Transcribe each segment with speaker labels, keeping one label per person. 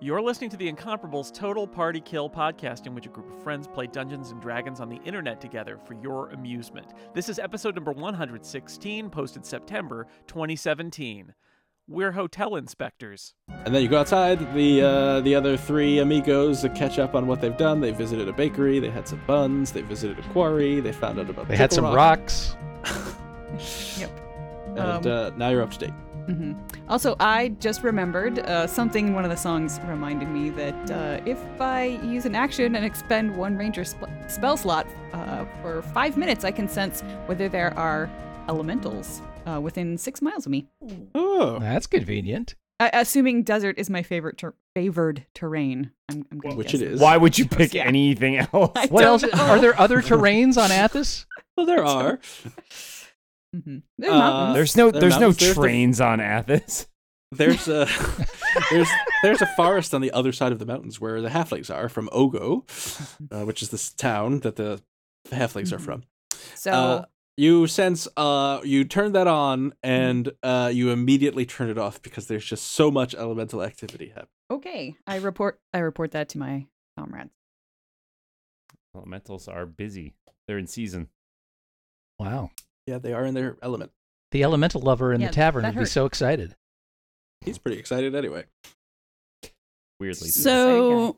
Speaker 1: You're listening to the Incomparables Total Party Kill podcast, in which a group of friends play Dungeons and Dragons on the internet together for your amusement. This is episode number 116, posted September 2017. We're hotel inspectors.
Speaker 2: And then you go outside. The uh, the other three amigos catch up on what they've done. They visited a bakery. They had some buns. They visited a quarry. They found out about.
Speaker 3: They had
Speaker 2: Pickle
Speaker 3: some
Speaker 2: Rock.
Speaker 3: rocks.
Speaker 4: Yep.
Speaker 2: And
Speaker 4: Um,
Speaker 2: uh, now you're up to date.
Speaker 4: hmm Also, I just remembered uh, something. in One of the songs reminded me that uh, if I use an action and expend one ranger sp- spell slot uh, for five minutes, I can sense whether there are elementals uh, within six miles of me.
Speaker 2: Oh,
Speaker 3: That's convenient.
Speaker 4: I- assuming desert is my favorite ter- favored terrain, I'm, I'm gonna
Speaker 2: which
Speaker 4: guess.
Speaker 2: it is.
Speaker 5: Why would you pick
Speaker 4: Yeah.
Speaker 5: anything else?
Speaker 4: I
Speaker 3: What else?
Speaker 4: don't know.
Speaker 3: Are there other terrains on Athos?
Speaker 2: Well, there are.
Speaker 4: Mhm. They're
Speaker 2: Uh,
Speaker 4: mountains.
Speaker 5: There's no
Speaker 2: They're
Speaker 5: there's no
Speaker 2: mountains. There's the-
Speaker 5: trains on Athens.
Speaker 2: There's a there's there's a forest on the other side of the mountains where the halflings are from Ogo, uh, which is this town that the halflings are
Speaker 4: Mhm.
Speaker 2: from.
Speaker 4: so
Speaker 2: uh, You sense uh you turn that on and uh you immediately turn it off because there's just so much elemental activity happening.
Speaker 4: okay. I report. I report that to my comrades.
Speaker 5: Elementals are busy. They're in season.
Speaker 3: Wow.
Speaker 2: Yeah, they are in their element.
Speaker 3: The elemental lover in
Speaker 4: Yeah,
Speaker 3: the tavern
Speaker 4: that
Speaker 3: would be
Speaker 4: hurt.
Speaker 3: so excited.
Speaker 2: He's pretty excited anyway.
Speaker 5: Weirdly.
Speaker 4: So, yeah.
Speaker 6: So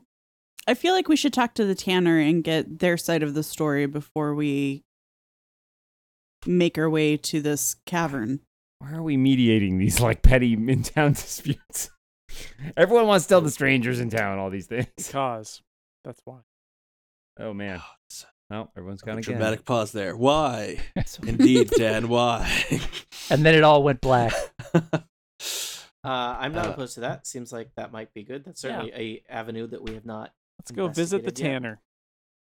Speaker 6: I feel like we should talk to the Tanner and get their side of the story before we make our way to this cavern.
Speaker 5: why are we mediating these like petty in town disputes? Everyone wants to tell the strangers in town all these things.
Speaker 1: Because that's why.
Speaker 5: Oh man. Oh, everyone's gone
Speaker 2: A
Speaker 5: again.
Speaker 2: dramatic pause there. Why? Indeed, Dan, why?
Speaker 3: And then it all went black.
Speaker 7: Uh, I'm not
Speaker 2: Uh,
Speaker 7: opposed
Speaker 1: mm.
Speaker 7: to that. Seems like that might be good. That's certainly a avenue that we have not.
Speaker 1: Let's go visit the
Speaker 7: Investigated yet.
Speaker 1: Tanner.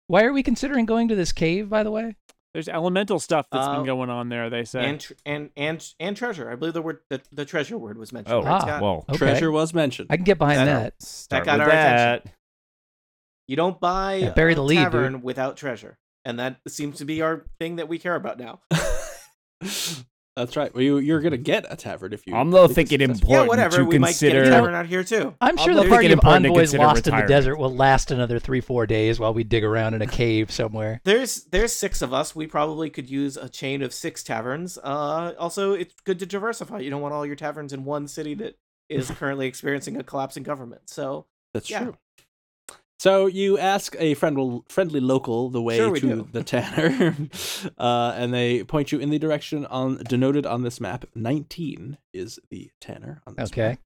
Speaker 3: Why are we considering going to this cave, by the way?
Speaker 1: There's elemental stuff that's
Speaker 7: Uh,
Speaker 1: been going on there, they say.
Speaker 7: And tr- and and and treasure. I believe the word the, the treasure word was mentioned.
Speaker 5: Oh,
Speaker 7: right,
Speaker 3: Ah,
Speaker 7: Scott?
Speaker 5: whoa.
Speaker 3: Okay.
Speaker 2: Treasure was mentioned.
Speaker 3: I can get behind
Speaker 7: That-
Speaker 3: that.
Speaker 5: Start
Speaker 7: got
Speaker 5: with
Speaker 7: our
Speaker 5: that.
Speaker 7: attention. You don't buy
Speaker 3: Yeah, bury
Speaker 7: a
Speaker 3: the lead, dude.
Speaker 7: tavern without treasure, and that seems to be our thing that we care about now.
Speaker 2: That's right. Well, you, you're gonna get a tavern if you.
Speaker 5: I'm though
Speaker 2: if you
Speaker 5: thinking
Speaker 2: successfully-
Speaker 7: yeah,
Speaker 5: important
Speaker 7: whatever.
Speaker 5: to
Speaker 7: We might
Speaker 5: consider.
Speaker 7: get a tavern out here too.
Speaker 3: I'm sure
Speaker 5: I'm
Speaker 3: the
Speaker 5: thinking
Speaker 3: party of
Speaker 5: important to
Speaker 3: envoys
Speaker 5: consider
Speaker 3: lost in the
Speaker 5: retirement.
Speaker 3: desert will last another three, four days while we dig around in a cave somewhere.
Speaker 7: There's there's six of us. We probably could use a chain of six taverns. Uh, also, it's good to diversify. You don't want all your taverns in one city that is currently experiencing a collapsing government. So
Speaker 2: That's
Speaker 7: Yeah.
Speaker 2: true. So you ask a friend, friendly local the way
Speaker 7: Sure we
Speaker 2: to
Speaker 7: do.
Speaker 2: the Tanner, uh, and they point you in the direction on denoted on this map. Nineteen is the Tanner on this
Speaker 3: Okay.
Speaker 2: map.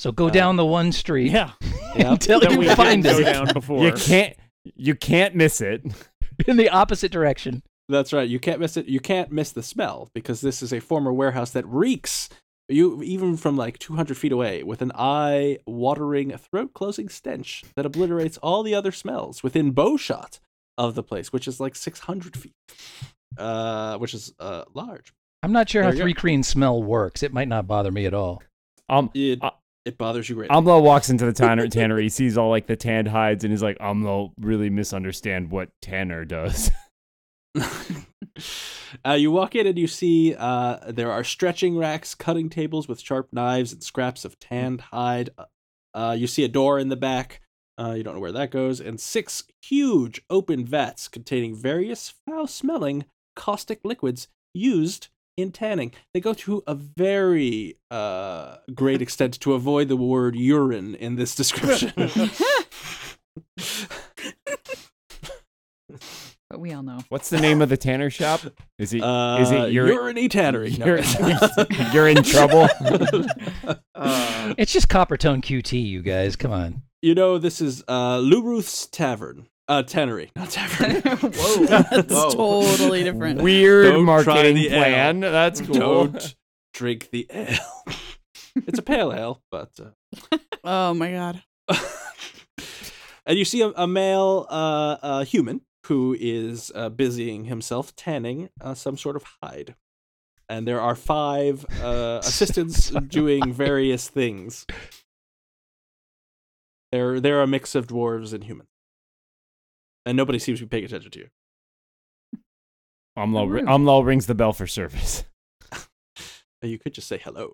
Speaker 3: So go
Speaker 2: Uh,
Speaker 3: down the one street
Speaker 1: yeah,
Speaker 2: Yeah.
Speaker 3: until
Speaker 1: that
Speaker 3: you
Speaker 1: we
Speaker 3: find
Speaker 1: didn't go
Speaker 3: it
Speaker 1: down before.
Speaker 5: You can't you can't miss it.
Speaker 3: in the opposite direction.
Speaker 2: That's right. You can't miss it. You can't miss the smell because this is a former warehouse that reeks. You even from like 200 feet away with an eye-watering, throat-closing stench that obliterates all the other smells within bowshot of the place, which is like 600 feet, uh, which is uh, large.
Speaker 3: I'm not sure
Speaker 2: There
Speaker 3: how
Speaker 2: you go.
Speaker 3: three green smell works. It might not bother me at all.
Speaker 5: Um
Speaker 2: It
Speaker 5: Uh,
Speaker 2: it bothers you greatly.
Speaker 5: Umlo walks into the tanner, tannery, he sees all like the tanned hides, and he's like, Umlo really misunderstand what tanner does.
Speaker 2: uh, you walk in and you see uh, there are stretching racks, cutting tables with sharp knives and scraps of tanned hide. Uh, you see a door in the back. Uh, you don't know where that goes. And six huge open vats containing various foul smelling caustic liquids used in tanning. They go to a very uh, great extent to avoid the word urine in this description.
Speaker 4: but we all know.
Speaker 5: What's the name of the tanner shop? Is it is
Speaker 2: Uh,
Speaker 5: it uri-
Speaker 2: urine tannery? No.
Speaker 5: You're, you're in trouble.
Speaker 7: uh,
Speaker 3: It's just copper tone QT, you guys. Come on.
Speaker 2: You know, this is uh, Lou Ruth's Tavern. Uh, Tannery, not Tavern.
Speaker 7: Whoa.
Speaker 6: That's
Speaker 7: Whoa.
Speaker 6: totally different.
Speaker 5: Weird
Speaker 2: Don't try
Speaker 5: marketing
Speaker 2: the ale.
Speaker 5: plan. That's cool.
Speaker 2: Don't drink the ale. it's a pale ale, but.
Speaker 6: oh my god.
Speaker 2: Uh... and you see a, a male uh, uh, human who is uh, busying himself tanning uh, some sort of hide. And there are five uh, assistants
Speaker 3: Sort of
Speaker 2: doing various things. They're, they're a mix of dwarves and humans. And nobody seems to be paying attention to you.
Speaker 5: Umlo,
Speaker 4: Rude.
Speaker 5: Umlo rings the bell for service.
Speaker 2: You could just say hello.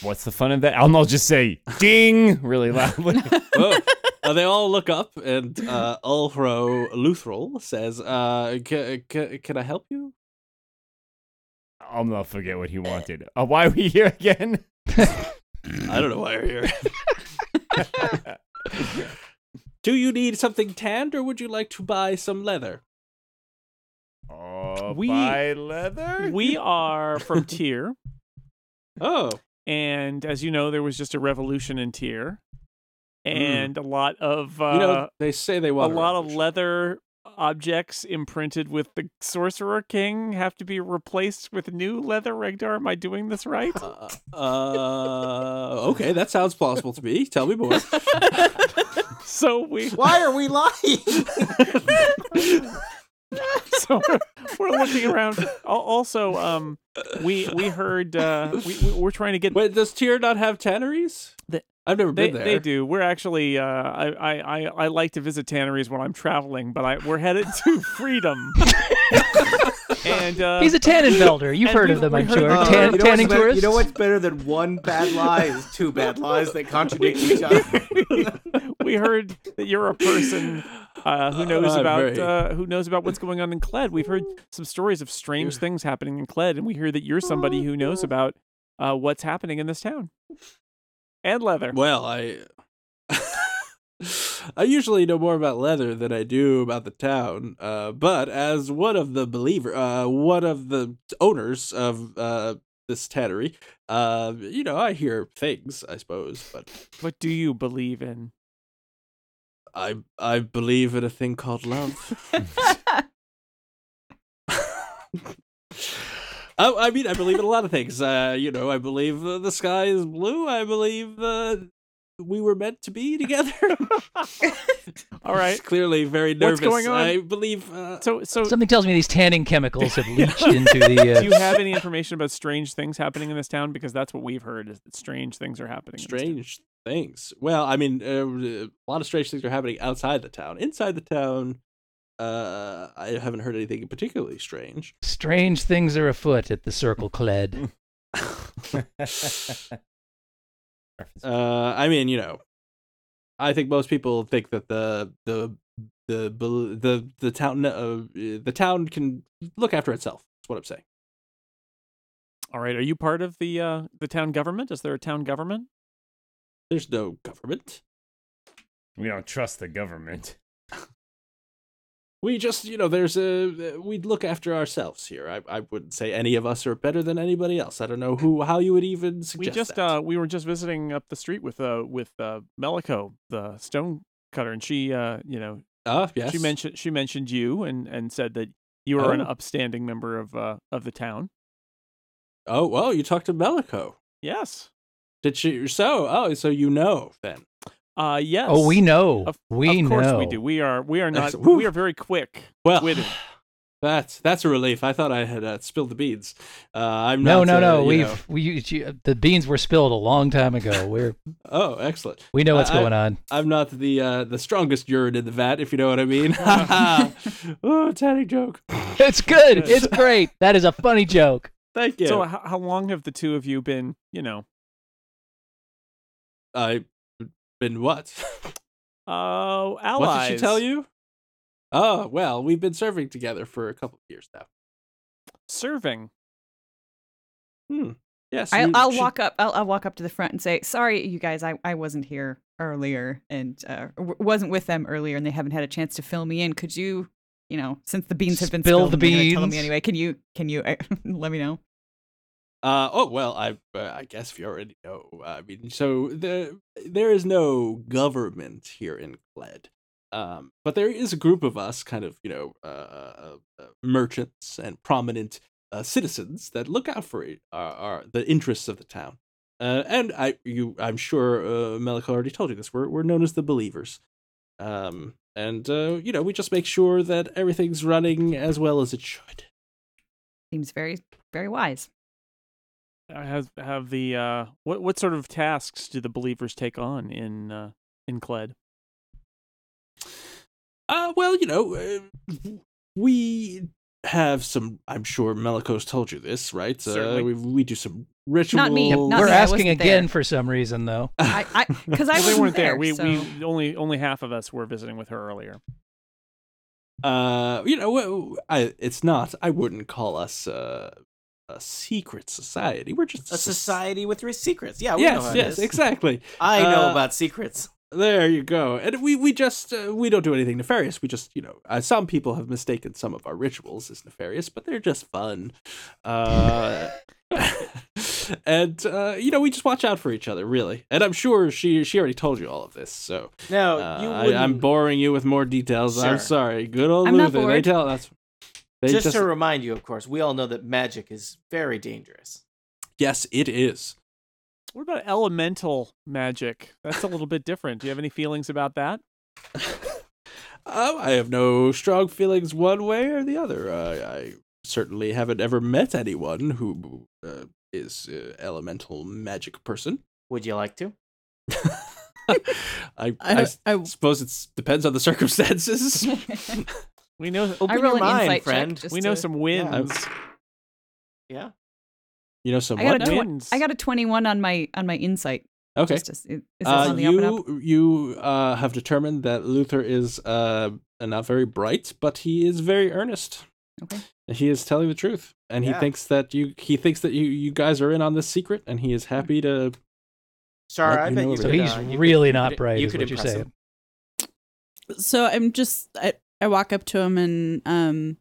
Speaker 5: What's the fun of that? I'll not just say ding really loudly.
Speaker 2: Whoa. Uh, they all look up, and uh, Ulfro Luthril says, uh, c- c- "Can I help you?"
Speaker 5: I'll not forget what he wanted. Uh, why are we here again?
Speaker 2: I don't know why you're here. Do you need something tanned, or would you like to buy some leather?
Speaker 5: Oh,
Speaker 1: We-
Speaker 5: buy leather?
Speaker 1: we are from Tier,
Speaker 2: Oh,
Speaker 1: and as you know, there was just a revolution in Tier, and a lot of uh,
Speaker 2: you know they say they
Speaker 1: a
Speaker 2: want
Speaker 1: lot of
Speaker 2: revolution.
Speaker 1: leather objects imprinted with the Sorcerer King have to be replaced with new leather. Regdar, am I doing this right?
Speaker 2: Uh, uh, okay, that sounds plausible to me. Tell me more.
Speaker 1: so we
Speaker 7: Why are we lying?
Speaker 1: so we're, we're looking around. Al- Also, um, we we heard uh, we we- we're trying to get
Speaker 2: Wait, does Tyr not have tanneries?
Speaker 1: The-
Speaker 2: I've never
Speaker 1: They,
Speaker 2: been there.
Speaker 1: they do. We're actually. Uh, I, I, I I like to visit tanneries when I'm traveling, but I we're headed to freedom. and uh,
Speaker 3: He's a Tannenfelder. You've
Speaker 1: and
Speaker 3: heard
Speaker 1: we-
Speaker 3: of them,
Speaker 1: we
Speaker 3: I'm
Speaker 1: heard
Speaker 3: sure.
Speaker 1: about-
Speaker 3: Tan-
Speaker 7: you, know
Speaker 3: tanning
Speaker 7: what's better,
Speaker 3: tourists.
Speaker 7: you know what's better than one bad lie is two bad lies that contradict each other.
Speaker 1: we heard that you're a person uh, who knows
Speaker 2: I'm
Speaker 1: about
Speaker 2: very-
Speaker 1: uh, who knows about what's going on in Cled. We've heard some stories of strange things happening in Cled, and we hear that you're somebody who knows about uh, what's happening in this town and leather.
Speaker 2: Well, I I usually know more about leather than I do about the town. Uh, but as one of the believer, uh, one of the owners of uh this tannery, uh, you know, I hear things. I suppose, but
Speaker 1: What do you believe in?
Speaker 2: I I believe in a thing called love. I, I mean, I believe in a lot of things. Uh, you know, I believe uh, the sky is blue. I believe uh, we were meant to be together.
Speaker 1: All right.
Speaker 2: It's clearly very nervous.
Speaker 1: What's going on?
Speaker 2: I believe. Uh,
Speaker 1: So so
Speaker 3: Something tells me these tanning chemicals have leached into the. Uh,
Speaker 1: do you have any information about strange things happening in this town? Because that's what we've heard is that strange things are happening. in this town.
Speaker 2: strange things. Well, I mean, uh, a lot of strange things are happening outside the town. Inside the town, uh, I haven't heard anything particularly strange.
Speaker 3: strange things are afoot at the Circle Cled.
Speaker 2: Uh, I mean, you know, I think most people think that the the the bel- the the town uh, the town can look after itself. That's what I'm saying.
Speaker 1: All right. Are you part of the uh, the town government? Is there a town government?
Speaker 2: There's no government.
Speaker 5: we don't trust the government.
Speaker 2: We just, you know, there's a we'd look after ourselves here. I I wouldn't say any of us are better than anybody else. I don't know who how you would even
Speaker 1: We
Speaker 2: suggest
Speaker 1: just
Speaker 2: that.
Speaker 1: uh, we were just visiting up the street with uh with uh, Melico, the stone cutter, and she uh you know
Speaker 2: Ah, yes.
Speaker 1: she mentioned she mentioned you and and said that you are an
Speaker 2: Oh.
Speaker 1: upstanding member of uh of the town.
Speaker 2: Oh, well, you talked to Melico.
Speaker 1: Yes.
Speaker 2: Did she? So, oh, so you know then.
Speaker 1: Uh yes.
Speaker 3: Oh, we know.
Speaker 1: Of-
Speaker 3: we
Speaker 1: of course
Speaker 3: know.
Speaker 1: we do. We are we are not
Speaker 2: Excellent. Whew.
Speaker 1: we are very quick.
Speaker 2: Well,
Speaker 1: With it.
Speaker 2: that's that's a relief. I thought I had uh, spilled the beans. Uh, I'm
Speaker 3: No,
Speaker 2: not.
Speaker 3: no,
Speaker 2: uh,
Speaker 3: no.
Speaker 2: you
Speaker 3: We've
Speaker 2: know-
Speaker 3: we you- you- the beans were spilled a long time ago. We're
Speaker 2: Oh, excellent.
Speaker 3: we know what's
Speaker 2: I- I-
Speaker 3: going on.
Speaker 2: I'm not the uh, the strongest urine in the vat, if you know what I mean. oh, tatty joke.
Speaker 3: It's good. It's great. That is a funny joke.
Speaker 2: Thank you.
Speaker 1: So how, how long have the two of you been, you know,
Speaker 2: I've been what?
Speaker 1: uh allies?
Speaker 2: What did she tell you? Oh, well, we've been serving together for a couple of years now.
Speaker 1: Serving.
Speaker 2: Hmm. Yes.
Speaker 4: I,
Speaker 2: you
Speaker 4: I'll
Speaker 2: should-
Speaker 4: walk up. I'll, I'll walk up to the front and say, "Sorry, you guys, I, I wasn't here earlier and uh, w- wasn't with them earlier, and they haven't had a chance to fill me in. Could you, you know, since the beans have been
Speaker 3: Spill
Speaker 4: spilled,
Speaker 3: the
Speaker 4: and they're gonna tell
Speaker 3: beans.
Speaker 4: me anyway. Can you, can you, uh, let me know?
Speaker 2: Uh, oh well, I uh, I guess if you already know. I mean, so the there is no government here in Gled, um, but there is a group of us, kind of you know, uh, uh, merchants and prominent uh, citizens that look out for it, are, are the interests of the town. Uh, and I you I'm sure uh, Melico already told you this. We're we're known as the Believers, um, and uh, you know we just make sure that everything's running as well as it should.
Speaker 4: Seems very, very wise.
Speaker 1: Uh, Have have the uh what what sort of tasks do the believers take on in uh in Cled?
Speaker 2: Uh, well, you know, uh, we have some. I'm sure Melikos told you this, right? Uh,
Speaker 1: Certainly.
Speaker 2: we we do some rituals.
Speaker 4: Not me, not
Speaker 3: We're
Speaker 4: me, I wasn't
Speaker 3: asking again
Speaker 4: there.
Speaker 3: for some reason, though.
Speaker 4: I because
Speaker 1: Well,
Speaker 4: I, wasn't
Speaker 1: they weren't there.
Speaker 4: there.
Speaker 1: We,
Speaker 4: so-
Speaker 1: we only only half of us were visiting with her earlier.
Speaker 2: uh you know w- I, it's not i wouldn't call us uh, a secret society we're just
Speaker 7: A
Speaker 2: soc-
Speaker 7: society with three secrets. Yeah, we know how
Speaker 2: yes
Speaker 7: it
Speaker 2: yes
Speaker 7: is.
Speaker 2: exactly
Speaker 7: I know
Speaker 2: Uh,
Speaker 7: about secrets.
Speaker 2: there you go and we we just uh, we don't do anything nefarious we just you know uh, some people have mistaken some of our rituals as nefarious but they're just fun uh and uh you know we just watch out for each other really and i'm sure she she already told you all of this so
Speaker 7: No,
Speaker 2: uh,
Speaker 7: Oh, you
Speaker 2: I, i'm
Speaker 7: wouldn't.
Speaker 2: boring you with more details
Speaker 7: Sure.
Speaker 2: i'm sorry good old
Speaker 4: I'm not
Speaker 2: luther they
Speaker 4: bored.
Speaker 2: tell us they
Speaker 7: just, to remind you, of course, we all know that magic is very dangerous.
Speaker 2: Yes, it is.
Speaker 1: What about elemental magic? That's a little bit different. Do you have any feelings about that?
Speaker 2: Um, I have no strong feelings one way or the other. Uh, I certainly haven't ever met anyone who uh, is uh, elemental magic person.
Speaker 7: Would you like to?
Speaker 2: I,
Speaker 6: I,
Speaker 2: I
Speaker 6: don't- I,
Speaker 2: suppose it depends on the circumstances.
Speaker 1: We know
Speaker 7: Open
Speaker 4: I roll
Speaker 7: your
Speaker 4: an
Speaker 7: mind,
Speaker 4: insight check
Speaker 7: friend.
Speaker 4: just
Speaker 1: we know
Speaker 4: to-
Speaker 1: some wins.
Speaker 7: Yeah.
Speaker 2: you know, some
Speaker 4: I got
Speaker 2: what?
Speaker 4: a twen-
Speaker 1: wins?
Speaker 4: I got a twenty-one on my on my insight.
Speaker 2: Okay.
Speaker 4: Just to, see- is this
Speaker 2: Uh,
Speaker 4: on the up and up?
Speaker 2: you you uh, have determined that Luther is uh, not very bright, but he is very earnest.
Speaker 4: Okay.
Speaker 2: He is telling the truth, and
Speaker 7: Yeah.
Speaker 2: he thinks that you he thinks that you you guys are in on this secret, and he is
Speaker 4: Hmm.
Speaker 2: happy to
Speaker 7: Sorry,
Speaker 2: Let
Speaker 7: I
Speaker 2: you
Speaker 7: bet
Speaker 2: know
Speaker 7: you
Speaker 2: of it.
Speaker 7: could,
Speaker 3: So he's
Speaker 7: uh, you could-
Speaker 3: really
Speaker 7: you
Speaker 3: not
Speaker 7: could-
Speaker 3: bright,
Speaker 7: You
Speaker 3: is
Speaker 7: could
Speaker 3: what you're
Speaker 7: impress him.
Speaker 3: saying.
Speaker 6: so I'm just I, I walk up to him and um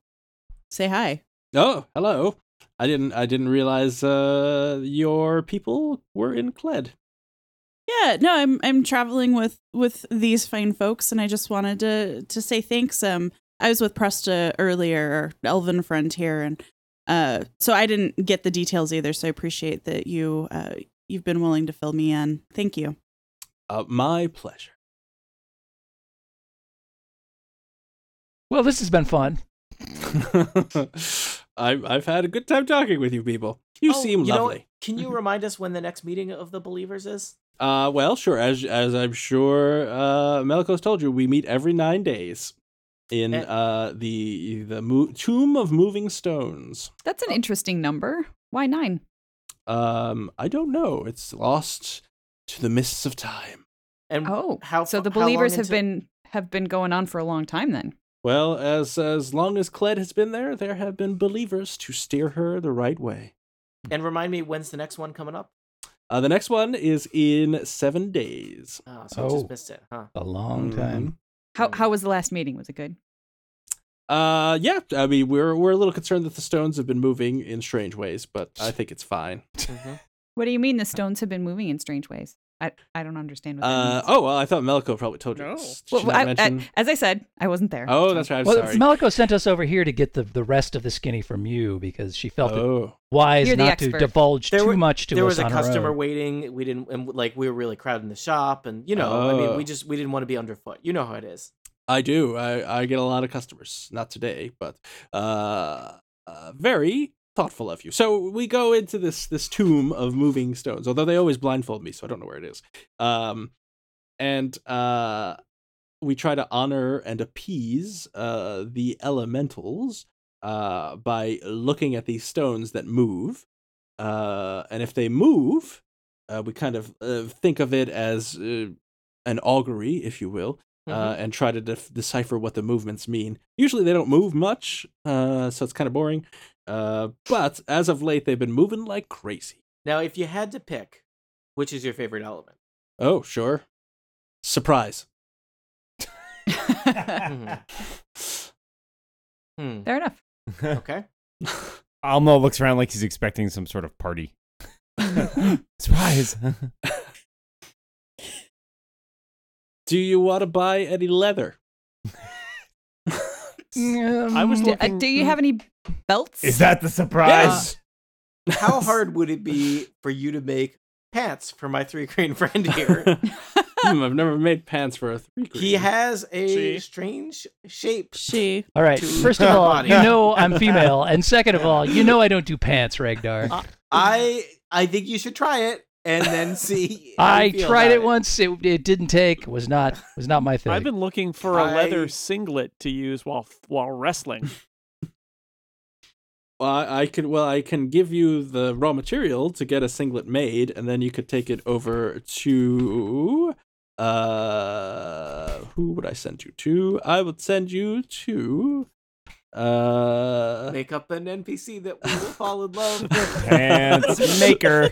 Speaker 6: say hi.
Speaker 2: Oh, hello. I didn't I didn't realize uh your people were in Cled.
Speaker 6: Yeah, no, I'm I'm traveling with with these fine folks, and I just wanted to to say thanks. Um, I was with Presta earlier, our Elven friend here, and uh, so I didn't get the details either. So I appreciate that you uh you've been willing to fill me in. Thank you.
Speaker 2: Uh my pleasure.
Speaker 3: Well, this has been fun.
Speaker 2: I I've had a good time talking with you people. You
Speaker 7: Oh,
Speaker 2: seem
Speaker 7: you know what?
Speaker 2: lovely.
Speaker 7: Can you remind us when the next meeting of the believers is?
Speaker 2: Uh well, sure as as I'm sure uh Melikos told you, we meet every 9 days in
Speaker 7: Eh.
Speaker 2: uh the the mo- tomb of moving stones.
Speaker 4: That's an interesting number. Why nine?
Speaker 2: Um I don't know. It's lost to the mists of time.
Speaker 7: And
Speaker 4: Oh,
Speaker 7: how
Speaker 4: so
Speaker 7: fa-
Speaker 4: the
Speaker 7: how long
Speaker 4: believers have
Speaker 7: until-
Speaker 4: been have been going on for a long time then.
Speaker 2: Well, as as long as Cled has been there, there have been believers to steer her the right way.
Speaker 7: And remind me, when's the next one coming up?
Speaker 2: Uh, the next one is in seven days. Mm-hmm.
Speaker 7: Oh, so I just
Speaker 3: Oh.
Speaker 7: missed it, huh?
Speaker 3: A long time.
Speaker 4: How
Speaker 7: Mm.
Speaker 4: how was the last meeting? Was it good?
Speaker 2: Uh, yeah. I mean, we're we're a little concerned that the stones have been moving in strange ways, but I think it's fine.
Speaker 7: Mhm.
Speaker 4: What do you mean the stones have been moving in strange ways? I I don't understand what that
Speaker 2: Uh,
Speaker 4: means.
Speaker 2: oh well, I thought Meliko probably told you.
Speaker 1: No.
Speaker 2: This. Did
Speaker 4: Well,
Speaker 2: she
Speaker 4: well,
Speaker 2: not
Speaker 4: I- I-
Speaker 2: mention?
Speaker 4: as I said, I wasn't there.
Speaker 2: oh, that's right. I'm
Speaker 3: well,
Speaker 2: sorry.
Speaker 3: Meliko sent us over here to get the, the rest of the skinny from you because she felt it
Speaker 2: oh,
Speaker 3: wise
Speaker 4: You're the
Speaker 3: not to
Speaker 4: expert.
Speaker 3: divulge
Speaker 7: There
Speaker 3: too
Speaker 7: were-
Speaker 3: much to
Speaker 7: there
Speaker 3: us
Speaker 7: was a
Speaker 3: on
Speaker 7: customer
Speaker 3: our own.
Speaker 7: waiting. We didn't, and like we were really crowding the shop, and you know, I mean,
Speaker 2: Oh.
Speaker 7: we just we didn't want to be underfoot. You know how it is.
Speaker 2: I do. I I get a lot of customers. Not today, but uh, uh, very thoughtful of you. So we go into this this tomb of moving stones. Although they always blindfold me, so I don't know where it is. Um, and uh, we try to honor and appease uh the elementals uh by looking at these stones that move. Uh, and if they move, uh, we kind of uh, think of it as uh, an augury, if you will
Speaker 7: Mm-hmm.
Speaker 2: uh, and try to def- decipher what the movements mean. Usually they don't move much, uh, so it's kind of boring. Uh, but as of late, they've been moving like crazy.
Speaker 7: Now, if you had to pick, which is your favorite element?
Speaker 2: Oh, sure. Surprise.
Speaker 7: Mhm. Hmm.
Speaker 4: Fair enough.
Speaker 7: Okay.
Speaker 5: Almo looks around like he's expecting some sort of party. Surprise!
Speaker 2: Do you want to buy any leather?
Speaker 1: I was
Speaker 4: Do, uh,
Speaker 1: looking.
Speaker 4: do you have any belts?
Speaker 5: Is that the surprise?
Speaker 7: How hard would it be for you to make pants for my three green friend here?
Speaker 2: Hmm, I've never made pants for a three.
Speaker 7: he has a
Speaker 1: See?
Speaker 7: strange shape.
Speaker 6: She
Speaker 3: All right.
Speaker 7: to
Speaker 3: First of
Speaker 7: her
Speaker 3: all,
Speaker 7: body.
Speaker 3: you know I'm female, and second of all, you know I don't do pants, Ragnar.
Speaker 7: I I think you should try it and then see. how
Speaker 3: I
Speaker 7: you feel
Speaker 3: tried
Speaker 7: about
Speaker 3: it once. It, it didn't take. Was not was not my thing.
Speaker 1: I've been looking for a leather
Speaker 7: I-
Speaker 1: singlet to use while while wrestling.
Speaker 2: Uh, I could well, I can give you the raw material to get a singlet made, and then you could take it over to. Uh, who would I send you to? I would send you to. Uh,
Speaker 7: Make up an NPC that we will fall in love with.
Speaker 5: Pants maker.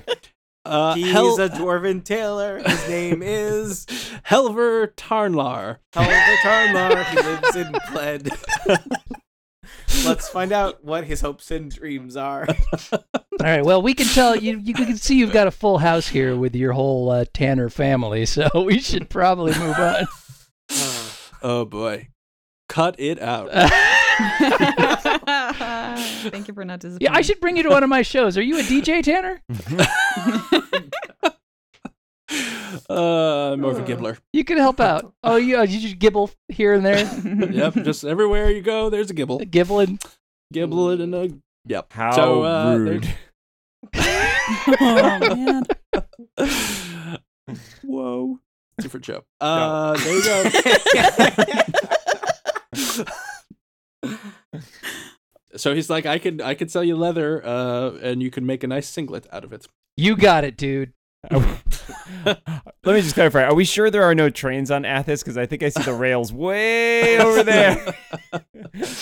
Speaker 2: uh,
Speaker 7: He's
Speaker 2: Hel-
Speaker 7: a dwarven tailor. His name is
Speaker 2: Helver Tarnlar.
Speaker 7: Helga Tarnar. He lives in Pled. Let's find out what his hopes and dreams are.
Speaker 3: All right. Well, we can tell you. You can see you've got a full house here with your whole uh, Tanner family, so we should probably move on.
Speaker 2: Oh boy, cut it out.
Speaker 4: Thank you for not disappointing.
Speaker 3: yeah, I should bring you to one of my shows. Are you a DJ, Tanner?
Speaker 2: Uh, more of a gibbler.
Speaker 3: You could help out. Oh, yeah. You just gibble here and there,
Speaker 2: Yep, just everywhere you go, there's a gibble,
Speaker 3: gibbling.
Speaker 2: gibble and a yep.
Speaker 5: How
Speaker 2: So, uh, there-
Speaker 5: rude.
Speaker 6: Oh man.
Speaker 2: Whoa. Different show. Uh, there you go. so he's like, I can I can sell you leather, uh, and you can make a nice singlet out of it.
Speaker 3: You got it, dude.
Speaker 5: Let me just clarify. Are we sure there are no trains on Athens? Because I think I see the rails way over there.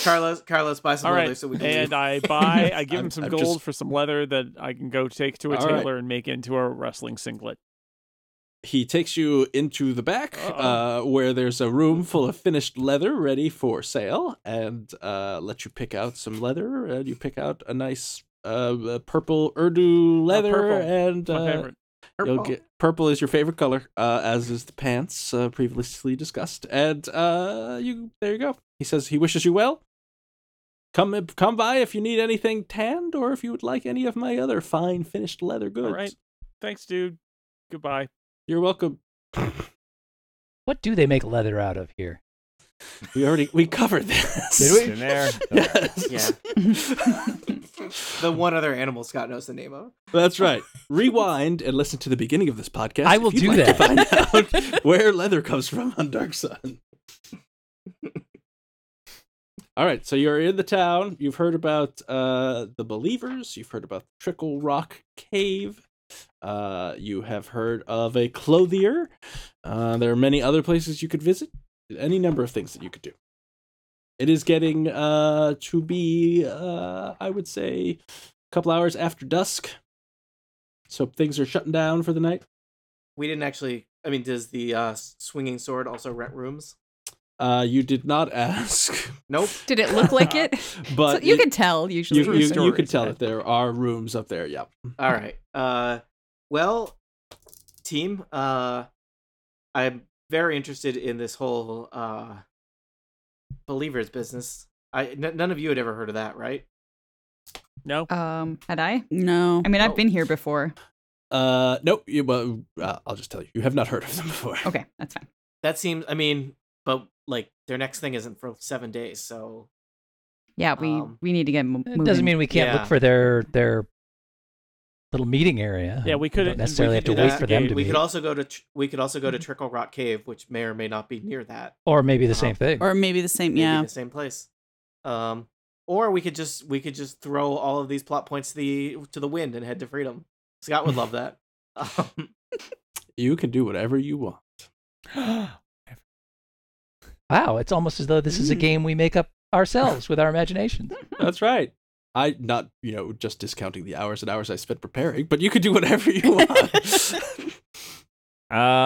Speaker 7: Carlos, Carlos, buy some
Speaker 1: All
Speaker 7: leather
Speaker 1: right,
Speaker 7: so we can
Speaker 1: and
Speaker 7: leave.
Speaker 1: I buy, I give him
Speaker 2: I'm-
Speaker 1: some
Speaker 2: I'm
Speaker 1: gold
Speaker 2: just-
Speaker 1: for some leather that I can go take to a
Speaker 2: All right.
Speaker 1: tailor and make into a wrestling singlet.
Speaker 2: He takes you into the back, uh,
Speaker 1: Uh-oh.
Speaker 2: where there's a room full of finished leather ready for sale, and uh, let you pick out some leather, and you pick out a nice uh, uh, purple Urdu leather,
Speaker 1: purple.
Speaker 2: and
Speaker 1: My
Speaker 2: uh,
Speaker 1: favorite.
Speaker 2: You'll get purple is your favorite color, uh, as is the pants uh, previously discussed. And uh, you, there you go. He says he wishes you well. Come, uh, come by if you need anything tanned, or if you would like any of my other fine finished leather goods.
Speaker 1: All right. Thanks, dude. Goodbye.
Speaker 2: You're welcome.
Speaker 3: What do they make leather out of here?
Speaker 2: We already we covered this.
Speaker 5: Did we? In there.
Speaker 2: Yes.
Speaker 7: Yeah. the one other animal Scott knows the name of.
Speaker 2: That's right. Rewind and listen to the beginning of this podcast.
Speaker 3: I
Speaker 2: if
Speaker 3: will
Speaker 2: you'd
Speaker 3: do
Speaker 2: like to
Speaker 3: that.
Speaker 2: find out where leather comes from on Dark Sun. All right, so you're in the town. You've heard about uh, the believers. You've heard about Trickle Rock Cave. Uh, you have heard of a clothier. Uh, there are many other places you could visit. Any number of things that you could do. It is getting uh, to be, uh, I would say, a couple hours after dusk. So things are shutting down for the night.
Speaker 7: We didn't actually. I mean, does the uh, swinging sword also rent rooms?
Speaker 2: Uh, you did not ask,
Speaker 7: Nope.
Speaker 4: Did it look like it?
Speaker 2: but
Speaker 4: so you
Speaker 2: y-
Speaker 4: can tell usually.
Speaker 2: you,
Speaker 4: from
Speaker 2: you, you
Speaker 4: stories,
Speaker 2: can tell
Speaker 4: right?
Speaker 2: that there are rooms up there. Yeah.
Speaker 7: All right. Uh, well, team. Uh, I'm very interested in this whole uh, believers business. I n- none of you had ever heard of that, right?
Speaker 1: No.
Speaker 4: Um, had I?
Speaker 6: No.
Speaker 4: I mean, I've
Speaker 7: Oh.
Speaker 4: been here before.
Speaker 2: Uh, no. You, well, uh, I'll just tell you, you have not heard of them before.
Speaker 4: Okay, that's fine.
Speaker 7: That seems. I mean, but like their next thing isn't for seven days, so
Speaker 4: Yeah, we
Speaker 7: Um,
Speaker 4: we need to get. Mo-
Speaker 3: It doesn't
Speaker 4: moving.
Speaker 3: mean we can't
Speaker 7: Yeah.
Speaker 3: look for their their little meeting area.
Speaker 1: Yeah, we could-
Speaker 3: don't necessarily
Speaker 1: we
Speaker 3: have
Speaker 1: could
Speaker 3: to
Speaker 1: do
Speaker 3: wait
Speaker 1: that.
Speaker 3: for them to meet,
Speaker 7: we
Speaker 3: Mm-hmm.
Speaker 7: could also go to. Tr- we could also go to Trickle Rock Cave, which may or may not be near that.
Speaker 3: or maybe the
Speaker 7: Uh,
Speaker 3: same thing.
Speaker 6: Or maybe the same.
Speaker 7: Maybe
Speaker 6: Yeah.
Speaker 7: the same place. Um, or we could just we could just throw all of these plot points to the to the wind and head to freedom. Scott would love that. Um,
Speaker 2: You can do whatever you want.
Speaker 3: Wow, it's almost as though this
Speaker 1: Mm.
Speaker 3: is a game we make up ourselves with our imaginations.
Speaker 4: Hmm.
Speaker 2: That's right. I not you know just discounting the hours and hours I spent preparing, but you could do whatever you want.
Speaker 5: Uh,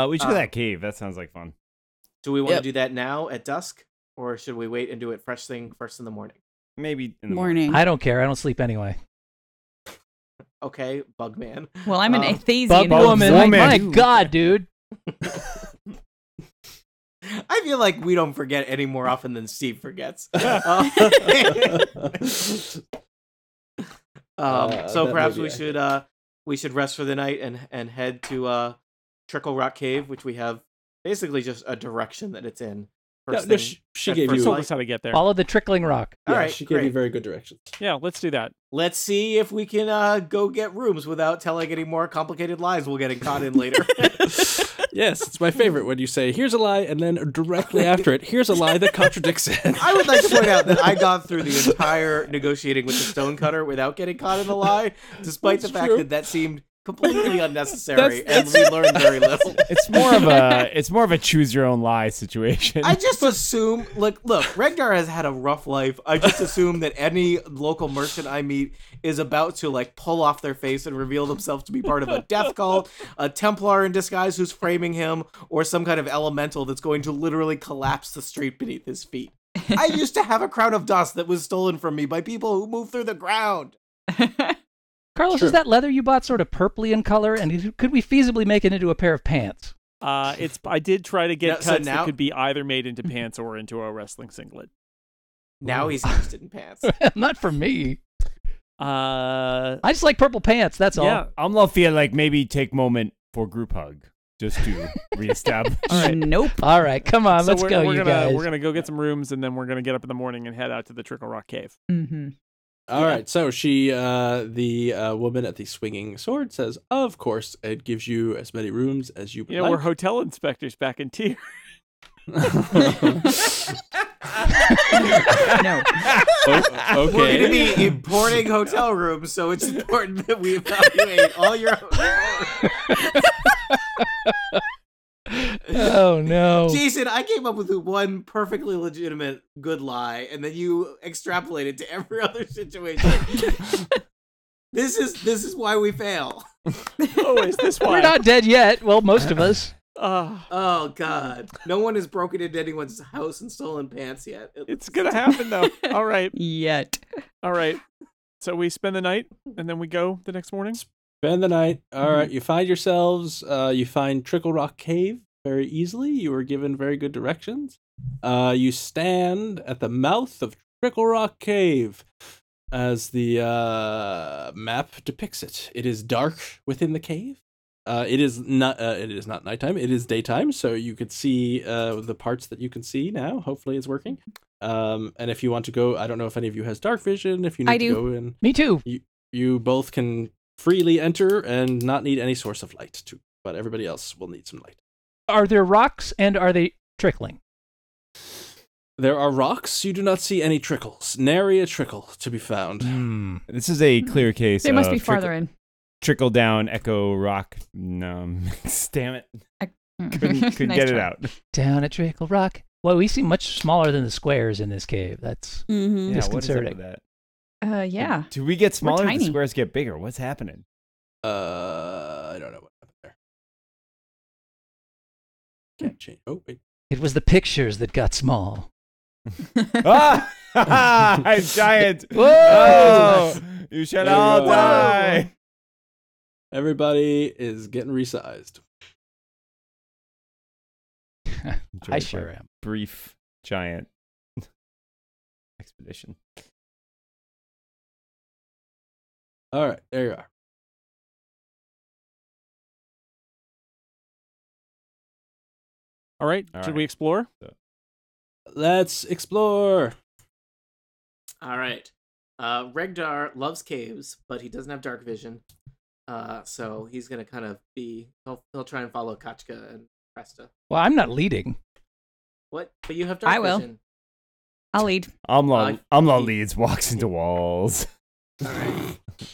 Speaker 5: we should go
Speaker 7: Uh,
Speaker 5: to that cave. That sounds like fun.
Speaker 7: do we want
Speaker 6: Yep.
Speaker 7: to do that now at dusk, or should we wait and do it fresh thing first in the morning?
Speaker 5: Maybe in the morning.
Speaker 6: Morning.
Speaker 3: I don't care. I don't sleep anyway.
Speaker 7: Okay, Bugman.
Speaker 4: Well, I'm an
Speaker 7: Um,
Speaker 4: athesian.
Speaker 3: Bug
Speaker 4: how
Speaker 3: woman.
Speaker 4: much I
Speaker 3: My
Speaker 4: do.
Speaker 3: God, dude.
Speaker 7: I feel like we don't forget any more often than Steve forgets. Uh, Um,
Speaker 2: Uh, that
Speaker 7: so
Speaker 2: may
Speaker 7: perhaps
Speaker 2: be
Speaker 7: we
Speaker 2: accurate.
Speaker 7: should uh, we should rest for the night and and head to uh, Trickle Rock Cave, which we have basically just a direction that it's in.
Speaker 2: No,
Speaker 7: first
Speaker 2: no,
Speaker 7: thing.
Speaker 2: she, she
Speaker 7: at
Speaker 2: gave
Speaker 7: first
Speaker 2: you.
Speaker 1: So
Speaker 7: light.
Speaker 1: that's how we get there.
Speaker 3: Follow the trickling rock.
Speaker 2: yeah,
Speaker 7: All right,
Speaker 2: she gave you
Speaker 7: great.
Speaker 2: very good directions.
Speaker 1: Yeah, let's do that.
Speaker 7: Let's see if we can uh, go get rooms without telling any more complicated lies we'll get caught in later.
Speaker 2: yes, it's my favorite when you say "here's a lie" and then directly after it, "here's a lie that contradicts it."
Speaker 7: I would like to point out that I gone through the entire negotiating with the stonecutter without getting caught in a lie, despite the
Speaker 2: That's
Speaker 7: fact
Speaker 2: true.
Speaker 7: that that seemed completely unnecessary
Speaker 2: That's-
Speaker 7: and we learned very little.
Speaker 5: It's more of a it's more of a choose your own lie situation.
Speaker 7: I just assume, look, look, Regnar has had a rough life. I just assume that any local merchant I meet is about to like pull off their face and reveal themselves to be part of a death cult, a Templar in disguise who's framing him, or some kind of elemental that's going to literally collapse the street beneath his feet. I used to have a crown of dust that was stolen from me by people who move through the ground.
Speaker 3: Carlos,
Speaker 2: Sure.
Speaker 3: is that leather you bought sort of purpley in color? And is- could we feasibly make it into a pair of pants?
Speaker 1: Uh, it's I did try to get
Speaker 7: Yeah,
Speaker 1: cuts
Speaker 7: so now-
Speaker 1: that could be either made into pants or into a wrestling singlet.
Speaker 7: Now he's interested in pants.
Speaker 3: Not for me.
Speaker 1: Uh,
Speaker 3: I just like purple pants. That's all.
Speaker 1: yeah.
Speaker 5: Amla feel like maybe take moment for group hug just to reestablish.
Speaker 1: All right.
Speaker 4: Nope.
Speaker 3: All right, come on,
Speaker 1: so
Speaker 3: Uh, let's
Speaker 1: we're,
Speaker 3: go,
Speaker 1: we're
Speaker 3: you
Speaker 1: gonna
Speaker 3: guys.
Speaker 1: we're gonna go get some rooms and then we're gonna get up in the morning and head out to the Trickle Rock Cave.
Speaker 4: Mm-hmm.
Speaker 2: All right, so she, uh, the uh, woman at the swinging sword, says, "Of course, it gives you as many rooms as you would
Speaker 1: Yeah, we're
Speaker 2: like."
Speaker 1: hotel inspectors back in tier.
Speaker 4: No.
Speaker 2: Oh,
Speaker 7: We're going to
Speaker 2: okay.
Speaker 7: be importing hotel rooms, so it's important that we evaluate all your.
Speaker 3: oh no.
Speaker 7: Jason, I came up with one perfectly legitimate good lie, and then you extrapolated to every other situation. this is this is why we fail.
Speaker 1: oh, is this why?
Speaker 3: We're not dead yet. Well, most of us.
Speaker 1: Uh,
Speaker 7: Oh God, no one has broken into anyone's house and stolen pants yet.
Speaker 1: it's gonna happen though. All right,
Speaker 4: Yet.
Speaker 1: all right. So we spend the night and then we go the next morning.
Speaker 2: Spend the night. All right, you find yourselves. Uh, you find Trickle Rock Cave very easily. You were given very good directions. Uh, you stand at the mouth of Trickle Rock Cave, as the uh, map depicts it. It is dark within the cave. Uh, it is not. Uh, it is not nighttime. It is daytime, so you could see uh, the parts that you can see now. Hopefully, it's working. Um, and if you want to go, I don't know if any of you has dark vision. If you need
Speaker 4: I
Speaker 2: to
Speaker 4: do.
Speaker 2: go in
Speaker 3: Me too.
Speaker 2: you both can freely enter and not need any source of light too but everybody else will need some light
Speaker 3: Are there rocks and are they trickling?
Speaker 2: there are rocks you do not see any trickles nary a trickle to be found
Speaker 5: Hmm. This is a clear case.
Speaker 4: They must
Speaker 5: of
Speaker 4: be
Speaker 5: trickle-
Speaker 4: farther in.
Speaker 5: Trickle down, echo, rock. No, damn it! Couldn't, couldn't
Speaker 4: Nice
Speaker 5: get it
Speaker 4: try.
Speaker 5: out.
Speaker 3: Down at Trickle Rock. Well, we seem much smaller than the squares in this cave. That's
Speaker 5: Yeah,
Speaker 6: Mm-hmm.
Speaker 5: what is up with
Speaker 3: Disconcerting.
Speaker 5: that?
Speaker 4: Uh, yeah.
Speaker 5: Do we get smaller? Do the
Speaker 4: tiny.
Speaker 5: squares get bigger? What's happening?
Speaker 2: uh i don't know what happened there can't change oh wait
Speaker 3: it was the pictures that got small.
Speaker 5: ah! I'm giant.
Speaker 3: Whoa!
Speaker 5: Oh, you shall
Speaker 2: There we
Speaker 5: all
Speaker 2: go.
Speaker 5: die.
Speaker 2: everybody is getting resized
Speaker 5: Enjoy
Speaker 3: I
Speaker 5: my
Speaker 3: sure am.
Speaker 5: Brief giant expedition.
Speaker 2: all right there you are
Speaker 1: All right,
Speaker 5: All
Speaker 1: should
Speaker 5: right.
Speaker 1: we explore?
Speaker 2: let's explore
Speaker 7: All right. Uh, Regdar loves caves, but he doesn't have dark vision. Uh, so he's gonna kind of be he'll, he'll try and follow Kachka and Presta.
Speaker 3: Well, I'm not leading.
Speaker 7: What? But you have dark
Speaker 4: I will.
Speaker 7: vision.
Speaker 4: I'll lead.
Speaker 5: Amla,
Speaker 7: Uh,
Speaker 5: Amla
Speaker 7: he-
Speaker 5: leads, walks into walls.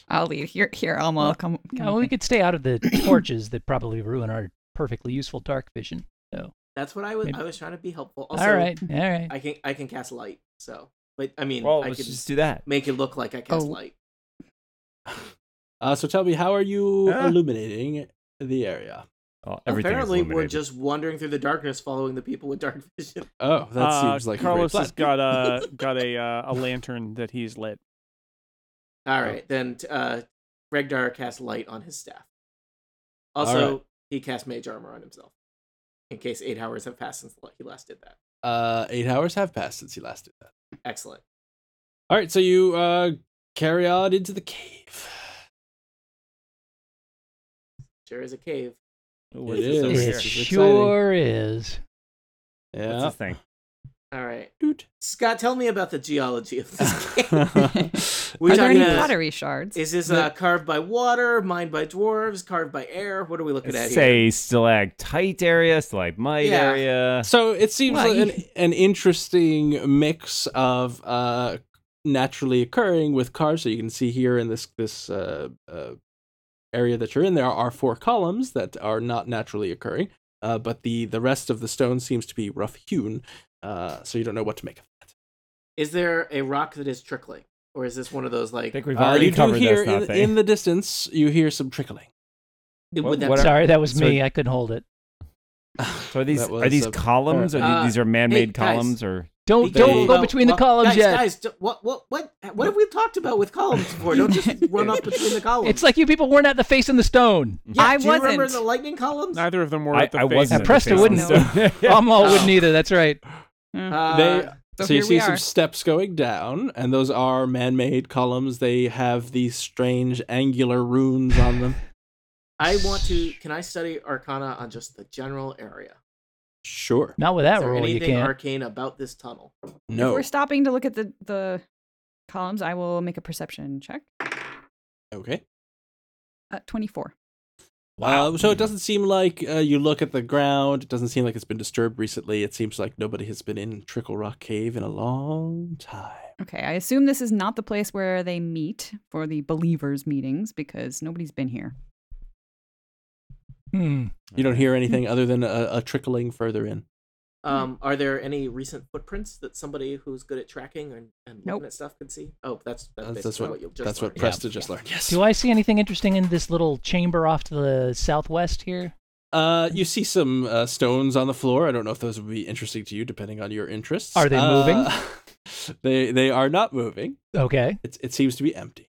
Speaker 4: I'll lead. Here, here, Alma. I'll come.
Speaker 3: Yeah,
Speaker 4: come
Speaker 3: well,
Speaker 4: with
Speaker 3: we
Speaker 4: me.
Speaker 3: could stay out of the torches that probably ruin our perfectly useful dark vision. So,
Speaker 7: That's what I was.
Speaker 3: Maybe.
Speaker 7: I was trying to be helpful. Also,
Speaker 3: all right, all right.
Speaker 7: I can I can cast light. So, but I mean,
Speaker 5: Well,
Speaker 7: I
Speaker 5: let's
Speaker 7: can
Speaker 5: just do that.
Speaker 7: make it look like I cast
Speaker 4: Oh.
Speaker 7: light.
Speaker 2: uh so tell me how are you
Speaker 5: Huh?
Speaker 2: illuminating the area
Speaker 5: Oh, everything is
Speaker 7: Apparently, we're
Speaker 5: illuminated.
Speaker 7: just wandering through the darkness, following the people with dark vision.
Speaker 2: oh that
Speaker 1: Uh,
Speaker 2: seems like
Speaker 1: Carlos
Speaker 2: a great
Speaker 1: has
Speaker 2: plan.
Speaker 1: got a got a uh, a lantern that he's lit.
Speaker 7: All
Speaker 5: Oh.
Speaker 7: right, then uh, Regdar cast light on his staff.
Speaker 2: All
Speaker 7: Also, he cast mage armor on himself, in case eight hours have passed since he last did that.
Speaker 2: uh eight hours have passed since he last did that
Speaker 7: Excellent.
Speaker 2: All right, so you uh carry on into the cave.
Speaker 7: Sure is a cave.
Speaker 5: Ooh, what's
Speaker 2: It
Speaker 5: this over
Speaker 2: is.
Speaker 5: here?
Speaker 3: It
Speaker 2: This is exciting.
Speaker 3: sure is.
Speaker 2: Yeah.
Speaker 5: What's this thing?
Speaker 7: All right.
Speaker 2: Doot.
Speaker 7: Scott, tell me about the geology of this game.
Speaker 4: Are
Speaker 7: Which
Speaker 4: there
Speaker 7: I
Speaker 4: any
Speaker 7: guess-
Speaker 4: pottery shards?
Speaker 7: Is this uh, carved by water, mined by dwarves, carved by air? What are we looking at here?
Speaker 5: Say stalactite area, stalagmite
Speaker 7: Yeah.
Speaker 5: area.
Speaker 2: So it seems
Speaker 4: Why?
Speaker 2: like an, an interesting mix of uh, naturally occurring with cars. So you can see here in this this uh, uh, area that you're in, there are four columns that are not naturally occurring, uh, but the the rest of the stone seems to be rough hewn. Uh, so you don't know what to make of that.
Speaker 7: Is there a rock that is trickling, or is this one of those
Speaker 5: I
Speaker 7: like?
Speaker 5: think we've
Speaker 2: Uh,
Speaker 5: already
Speaker 2: you do
Speaker 5: covered
Speaker 2: hear
Speaker 5: this, not
Speaker 2: in, in the distance. You hear some trickling.
Speaker 7: would that
Speaker 5: what are-
Speaker 3: Sorry, that was
Speaker 5: So-
Speaker 3: me. I couldn't hold it.
Speaker 5: So are these
Speaker 2: That
Speaker 5: are
Speaker 2: was
Speaker 5: these
Speaker 2: a-
Speaker 5: columns? Or
Speaker 7: Uh,
Speaker 5: these are man-made
Speaker 7: hey, guys.
Speaker 5: columns? Or
Speaker 3: Don't
Speaker 2: They-
Speaker 3: don't go
Speaker 7: Well,
Speaker 3: between the
Speaker 7: Oh, well,
Speaker 3: columns
Speaker 7: guys,
Speaker 3: yet.
Speaker 7: Guys, don't- what what what what have we talked about with columns before? Don't just run up between the columns.
Speaker 3: It's like you people weren't at the face in the stone.
Speaker 7: yeah,
Speaker 4: I
Speaker 7: do you remember
Speaker 4: wasn't.
Speaker 7: the lightning columns?
Speaker 1: Neither of them were
Speaker 5: I,
Speaker 1: at the
Speaker 5: I
Speaker 1: face.
Speaker 5: wasn't.
Speaker 3: Yeah,
Speaker 5: at the
Speaker 3: Presta
Speaker 5: face
Speaker 3: wouldn't
Speaker 5: stone.
Speaker 3: Amal wouldn't
Speaker 7: Oh.
Speaker 3: either. That's right.
Speaker 4: Mm.
Speaker 7: Uh,
Speaker 2: They-
Speaker 4: so
Speaker 2: So, you
Speaker 4: here
Speaker 2: see
Speaker 4: we
Speaker 2: some
Speaker 4: are.
Speaker 2: steps going down, and those are man-made columns. They have these strange angular runes on them.
Speaker 7: I want to. Can I study Arcana on just the general area?
Speaker 2: Sure.
Speaker 3: Not with
Speaker 7: Is
Speaker 3: that
Speaker 7: there
Speaker 3: roll, you
Speaker 7: anything
Speaker 3: can't.
Speaker 7: arcane about this tunnel?
Speaker 4: If
Speaker 2: No.
Speaker 4: we're stopping to look at the the columns, I will make a perception check.
Speaker 2: Okay.
Speaker 4: Uh, Twenty four.
Speaker 2: Wow. so it doesn't seem like uh, you look at the ground. It doesn't seem like it's been disturbed recently. It seems like nobody has been in Trickle Rock Cave in a long time.
Speaker 4: Okay, I assume this is not the place where they meet for the believers meetings because nobody's been here.
Speaker 3: Hmm.
Speaker 2: You don't hear anything other than a, a trickling further in.
Speaker 7: Um, are there any recent footprints that somebody who's good at tracking and, and
Speaker 4: Nope.
Speaker 7: looking at stuff can see? Oh, that's that's,
Speaker 2: That's,
Speaker 7: basically
Speaker 2: that's
Speaker 7: what,
Speaker 2: what,
Speaker 7: you'll just
Speaker 2: that's what
Speaker 7: learn.
Speaker 2: Presta just learned. Yes.
Speaker 3: Do I see anything interesting in this little chamber off to the southwest here?
Speaker 2: Uh, you see some uh, stones on the floor. I don't know if those would be interesting to you, depending on your interests.
Speaker 3: Are they
Speaker 2: Uh, they they are not moving.
Speaker 3: Okay,
Speaker 2: It it seems to be empty.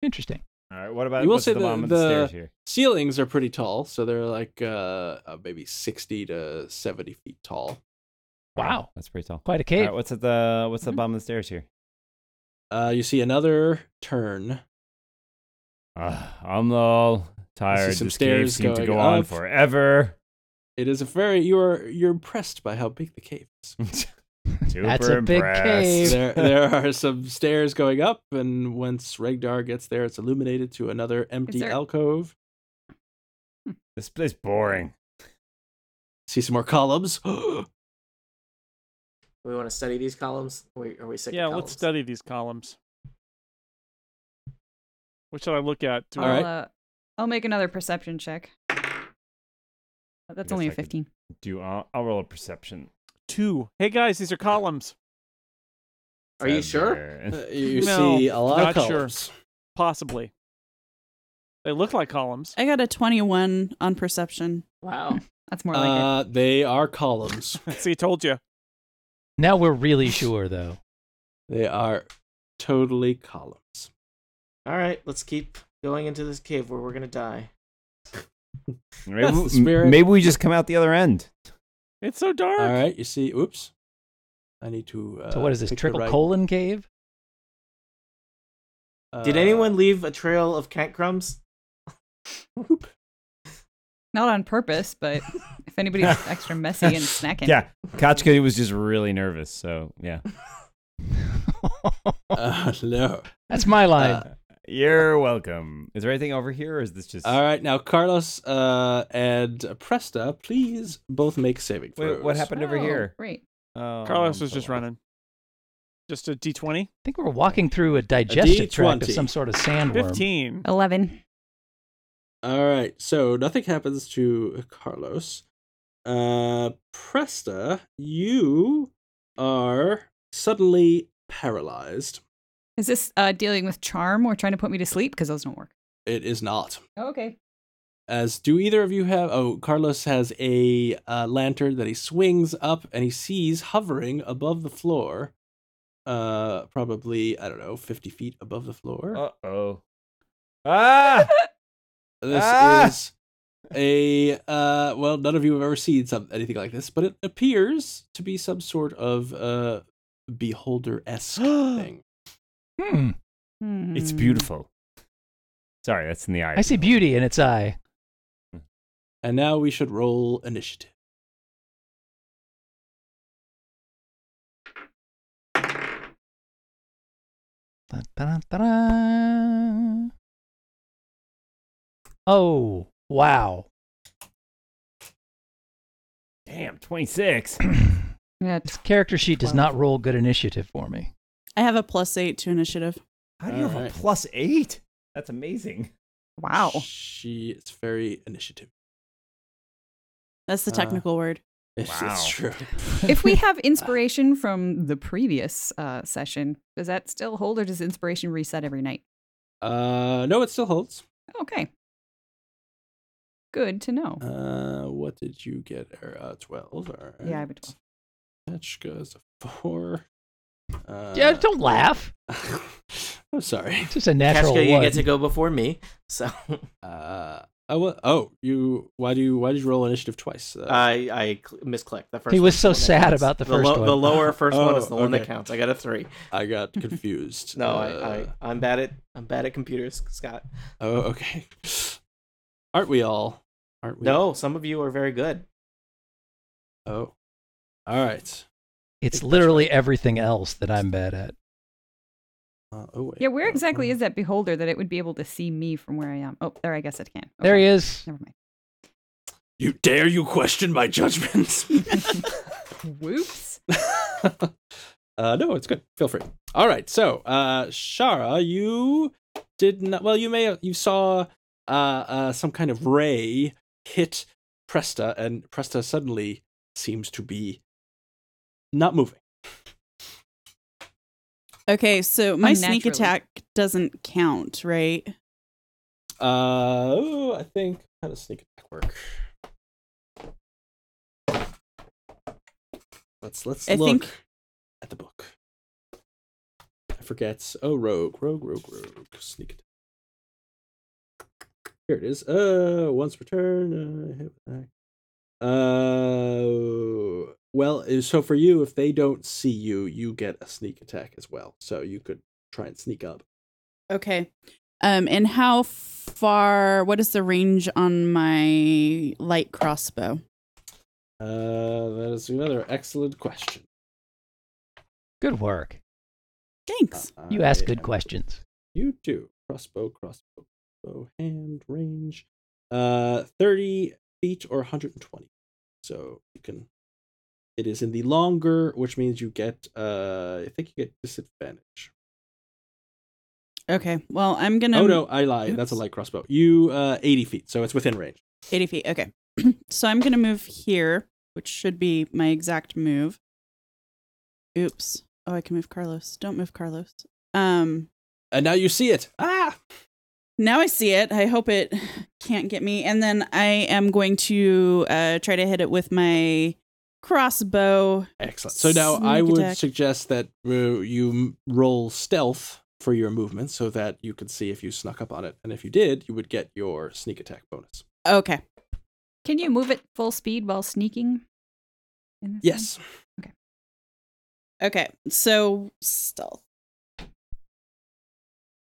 Speaker 3: interesting.
Speaker 5: All right. What about
Speaker 2: You will
Speaker 5: what's
Speaker 2: say
Speaker 5: the
Speaker 2: the-
Speaker 5: bottom of the
Speaker 2: the-
Speaker 5: stairs here?
Speaker 2: Ceilings are pretty tall, so they're like uh, uh, maybe sixty to seventy feet tall.
Speaker 3: Wow,
Speaker 5: that's pretty tall.
Speaker 3: quite a
Speaker 5: All
Speaker 3: cave.
Speaker 5: right, what's at the what's at the bottom of the stairs here?
Speaker 2: Uh, you see another turn.
Speaker 5: Uh, I'm all tired.
Speaker 2: some
Speaker 5: This cave
Speaker 2: stairs
Speaker 5: seemed to
Speaker 2: going
Speaker 5: go on
Speaker 2: up.
Speaker 5: forever.
Speaker 2: It is a very you are you're impressed by how big the cave is.
Speaker 5: Super
Speaker 3: That's a big
Speaker 5: impressed.
Speaker 3: cave.
Speaker 2: there there are some stairs going up, and once Regdar gets there, it's illuminated to another empty
Speaker 4: there-
Speaker 2: alcove.
Speaker 5: This place boring.
Speaker 2: See some more columns.
Speaker 7: We want to study these columns. Are we, are we sick?
Speaker 1: Yeah,
Speaker 7: of
Speaker 1: let's
Speaker 7: columns?
Speaker 1: study these columns. What should I look at? To
Speaker 4: I'll,
Speaker 2: All right.
Speaker 4: uh, I'll make another perception check. Uh,
Speaker 5: guess
Speaker 4: That's only
Speaker 5: I
Speaker 4: a
Speaker 5: could-
Speaker 4: fifteen.
Speaker 5: Do I'll, I'll roll a perception.
Speaker 1: Two. Hey guys, these are columns.
Speaker 7: Are you sure?
Speaker 5: Seven.
Speaker 2: Uh, you
Speaker 1: No,
Speaker 2: see a lot of
Speaker 1: not sure.
Speaker 2: columns.
Speaker 1: Possibly. They look like columns.
Speaker 6: I got a 21 on perception.
Speaker 7: Wow.
Speaker 4: That's more like
Speaker 2: uh, They are columns.
Speaker 1: See, told you.
Speaker 3: Now we're really sure, though.
Speaker 2: they are totally columns.
Speaker 7: All right, let's keep going into this cave where we're gonna die.
Speaker 5: Maybe,
Speaker 2: That's the
Speaker 5: we-
Speaker 2: spirit.
Speaker 5: maybe we just come out the other end.
Speaker 1: It's so dark.
Speaker 2: All right, you see. Oops, I need to. Uh,
Speaker 3: So what is this
Speaker 2: pick the
Speaker 3: trickle
Speaker 2: right-
Speaker 3: colon cave?
Speaker 2: uh,
Speaker 7: Did anyone leave a trail of cant crumbs?
Speaker 4: not on purpose, but if anybody's extra messy and snacking,
Speaker 5: Yeah, Kachka was just really nervous. So yeah,
Speaker 2: Uh, no.
Speaker 3: That's my line.
Speaker 2: Uh,
Speaker 5: you're welcome. Is there anything over here, or is this just?
Speaker 2: All right, now Carlos uh, and Presta, please both make saving throws.
Speaker 5: Wait, what happened over
Speaker 4: Oh,
Speaker 5: here?
Speaker 4: Great.
Speaker 5: Oh,
Speaker 1: Carlos
Speaker 5: I'm
Speaker 1: was
Speaker 5: so
Speaker 1: just
Speaker 5: lost.
Speaker 1: running. Just a D20?
Speaker 3: I think we're walking through a digestive tract of
Speaker 2: D20.
Speaker 3: some sort of sandworm.
Speaker 1: 15.
Speaker 2: Oh.
Speaker 4: Eleven.
Speaker 2: All right, so nothing happens to Carlos. Uh, Presta, you are suddenly paralyzed.
Speaker 4: Is this uh, dealing with charm or trying to put me to sleep? Because those don't work.
Speaker 2: It is not.
Speaker 4: okay.
Speaker 2: As do either of you have? Oh, Carlos has a uh, lantern that he swings up and he sees hovering above the floor. Uh, probably I don't know, fifty feet above the floor.
Speaker 5: Uh oh. Ah!
Speaker 2: This
Speaker 5: Ah!
Speaker 2: is a uh, well, none of you have ever seen some anything like this, but it appears to be some sort of uh, beholder esque thing.
Speaker 3: Hmm.
Speaker 5: It's beautiful. Sorry, that's in the eye.
Speaker 3: I see beauty in its eye.
Speaker 2: And now we should roll initiative.
Speaker 3: Dun, dun, dun, dun. Oh, wow.
Speaker 5: Damn, 26.
Speaker 4: Yeah,
Speaker 3: This character sheet does not roll good initiative for me.
Speaker 6: I have a plus eight to initiative.
Speaker 5: How do you have
Speaker 2: Alright.
Speaker 5: a plus eight? That's amazing.
Speaker 4: wow.
Speaker 2: She is very initiative.
Speaker 6: That's the
Speaker 2: Ah.
Speaker 6: technical word.
Speaker 2: It's,
Speaker 5: Wow.
Speaker 2: it's true.
Speaker 4: if we have inspiration from the previous uh, session, does that still hold or does inspiration reset every night?
Speaker 2: Uh, no, it still holds.
Speaker 4: Okay. Good to know.
Speaker 2: Uh, what did you get? Er, Uh, twelve. All right.
Speaker 4: Yeah, I have a 12.
Speaker 2: Machka is a four. Uh,
Speaker 3: yeah, don't laugh.
Speaker 2: I'm sorry.
Speaker 3: It's just a natural
Speaker 7: Kashka, you
Speaker 3: one.
Speaker 7: get to go before me. So
Speaker 2: Uh, I wa- oh, you. Why do you? Why did you roll initiative twice? Uh,
Speaker 7: I I cl- misclicked the first.
Speaker 3: He was so
Speaker 7: one's the one that
Speaker 3: sad
Speaker 7: counts.
Speaker 3: about the
Speaker 7: lo-
Speaker 3: first one.
Speaker 7: The lower first one is
Speaker 2: Oh,
Speaker 7: the one that
Speaker 2: okay.
Speaker 7: counts. I got a three.
Speaker 2: I got confused.
Speaker 7: No,
Speaker 2: Uh,
Speaker 7: I, I I'm bad at I'm bad at computers, Scott.
Speaker 2: Oh, okay. Aren't we all? Aren't we?
Speaker 7: No, some of you are very good.
Speaker 2: Oh. All right.
Speaker 3: it's literally everything else that I'm bad at.
Speaker 2: Uh, oh wait.
Speaker 4: Yeah, where
Speaker 2: Uh,
Speaker 4: exactly is that beholder that it would be able to see me from where I am? Oh, there, I guess it can.
Speaker 3: There
Speaker 4: Okay,
Speaker 3: he is.
Speaker 4: Never mind.
Speaker 2: You dare you question my judgments?
Speaker 4: Whoops.
Speaker 2: uh, no, it's good. Feel free. All right. So, uh, Shara, you did not. Well, you may have, you saw uh, uh, some kind of ray hit Presta, and Presta suddenly seems to be not moving.
Speaker 6: Okay, so my sneak
Speaker 4: Unnaturally.
Speaker 6: attack doesn't count, right?
Speaker 2: Uh, ooh, I think how does sneak attack work? Let's let's
Speaker 6: I
Speaker 2: look
Speaker 6: think-
Speaker 2: at the book. I forget. Oh, rogue, rogue, rogue, rogue, sneak attack. Here it is. Uh, once per turn. Uh, hit with attack. Uh, well, uh, so for you, if they don't see you, you get a sneak attack as well. So you could try and sneak up.
Speaker 6: Okay. Um, and how far? What is the range on my light crossbow?
Speaker 2: Uh, that is another excellent question.
Speaker 3: Good work.
Speaker 6: Thanks.
Speaker 3: You
Speaker 2: I
Speaker 3: ask good
Speaker 2: am-
Speaker 3: questions.
Speaker 2: Uh, You do. Crossbow, crossbow, crossbow, hand range. Uh, 30 feet or 120. So you can. It is in the longer, which means you get. Uh, I think you get disadvantage.
Speaker 6: Uh, Okay. Well, I'm gonna.
Speaker 2: oh no, I lied. That's a
Speaker 6: oops.
Speaker 2: light crossbow. You uh, 80 feet, so it's within range.
Speaker 6: 80 feet. Okay. so I'm going to move here, which should be my exact move. Oops. Oh, I can move Carlos. Don't move Carlos. Um,
Speaker 2: And now you see it. Ah,
Speaker 6: now I see it. I hope it can't get me. And then I am going to uh, try to hit it with my crossbow.
Speaker 2: excellent. So now I
Speaker 6: Sneak
Speaker 2: would
Speaker 6: attack.
Speaker 2: suggest that uh, you m- roll stealth for your movement, so that you can see if you snuck up on it, and if you did, you would get your sneak attack bonus.
Speaker 6: Okay.
Speaker 4: Can you move at full speed while sneaking? in this
Speaker 2: Yes.
Speaker 6: Okay. So stealth.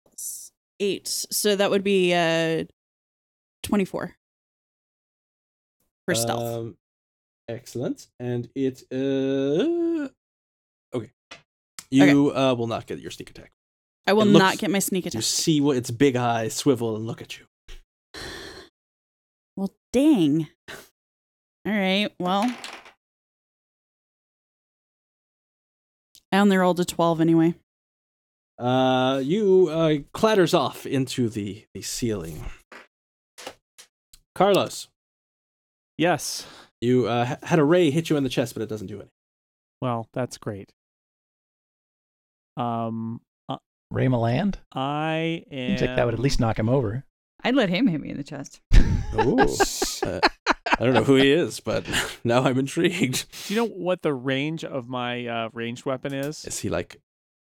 Speaker 6: Plus Eight. So that would be uh, 24 for stealth.
Speaker 2: Um, excellent. And it uh okay. You uh will not get your sneak attack.
Speaker 6: I will
Speaker 2: It looks-
Speaker 6: not get my sneak
Speaker 2: You
Speaker 6: attack.
Speaker 2: see what its big eyes swivel and look at you.
Speaker 6: Well, dang. All right. Well, I only rolled a 12 anyway.
Speaker 2: Uh you uh clatters off into the, the ceiling. Carlos,
Speaker 1: Yes.
Speaker 2: you uh ha- had a ray hit you in the chest, but it doesn't do anything.
Speaker 1: Well, that's great. Um,
Speaker 3: Ray Milland?
Speaker 1: I am.
Speaker 3: Seems like that would at least knock him over.
Speaker 4: I'd let him hit me in the chest.
Speaker 2: Oh. I don't know who he is, but now I'm intrigued.
Speaker 1: Do you know what the range of my uh, ranged weapon is?
Speaker 2: Is he like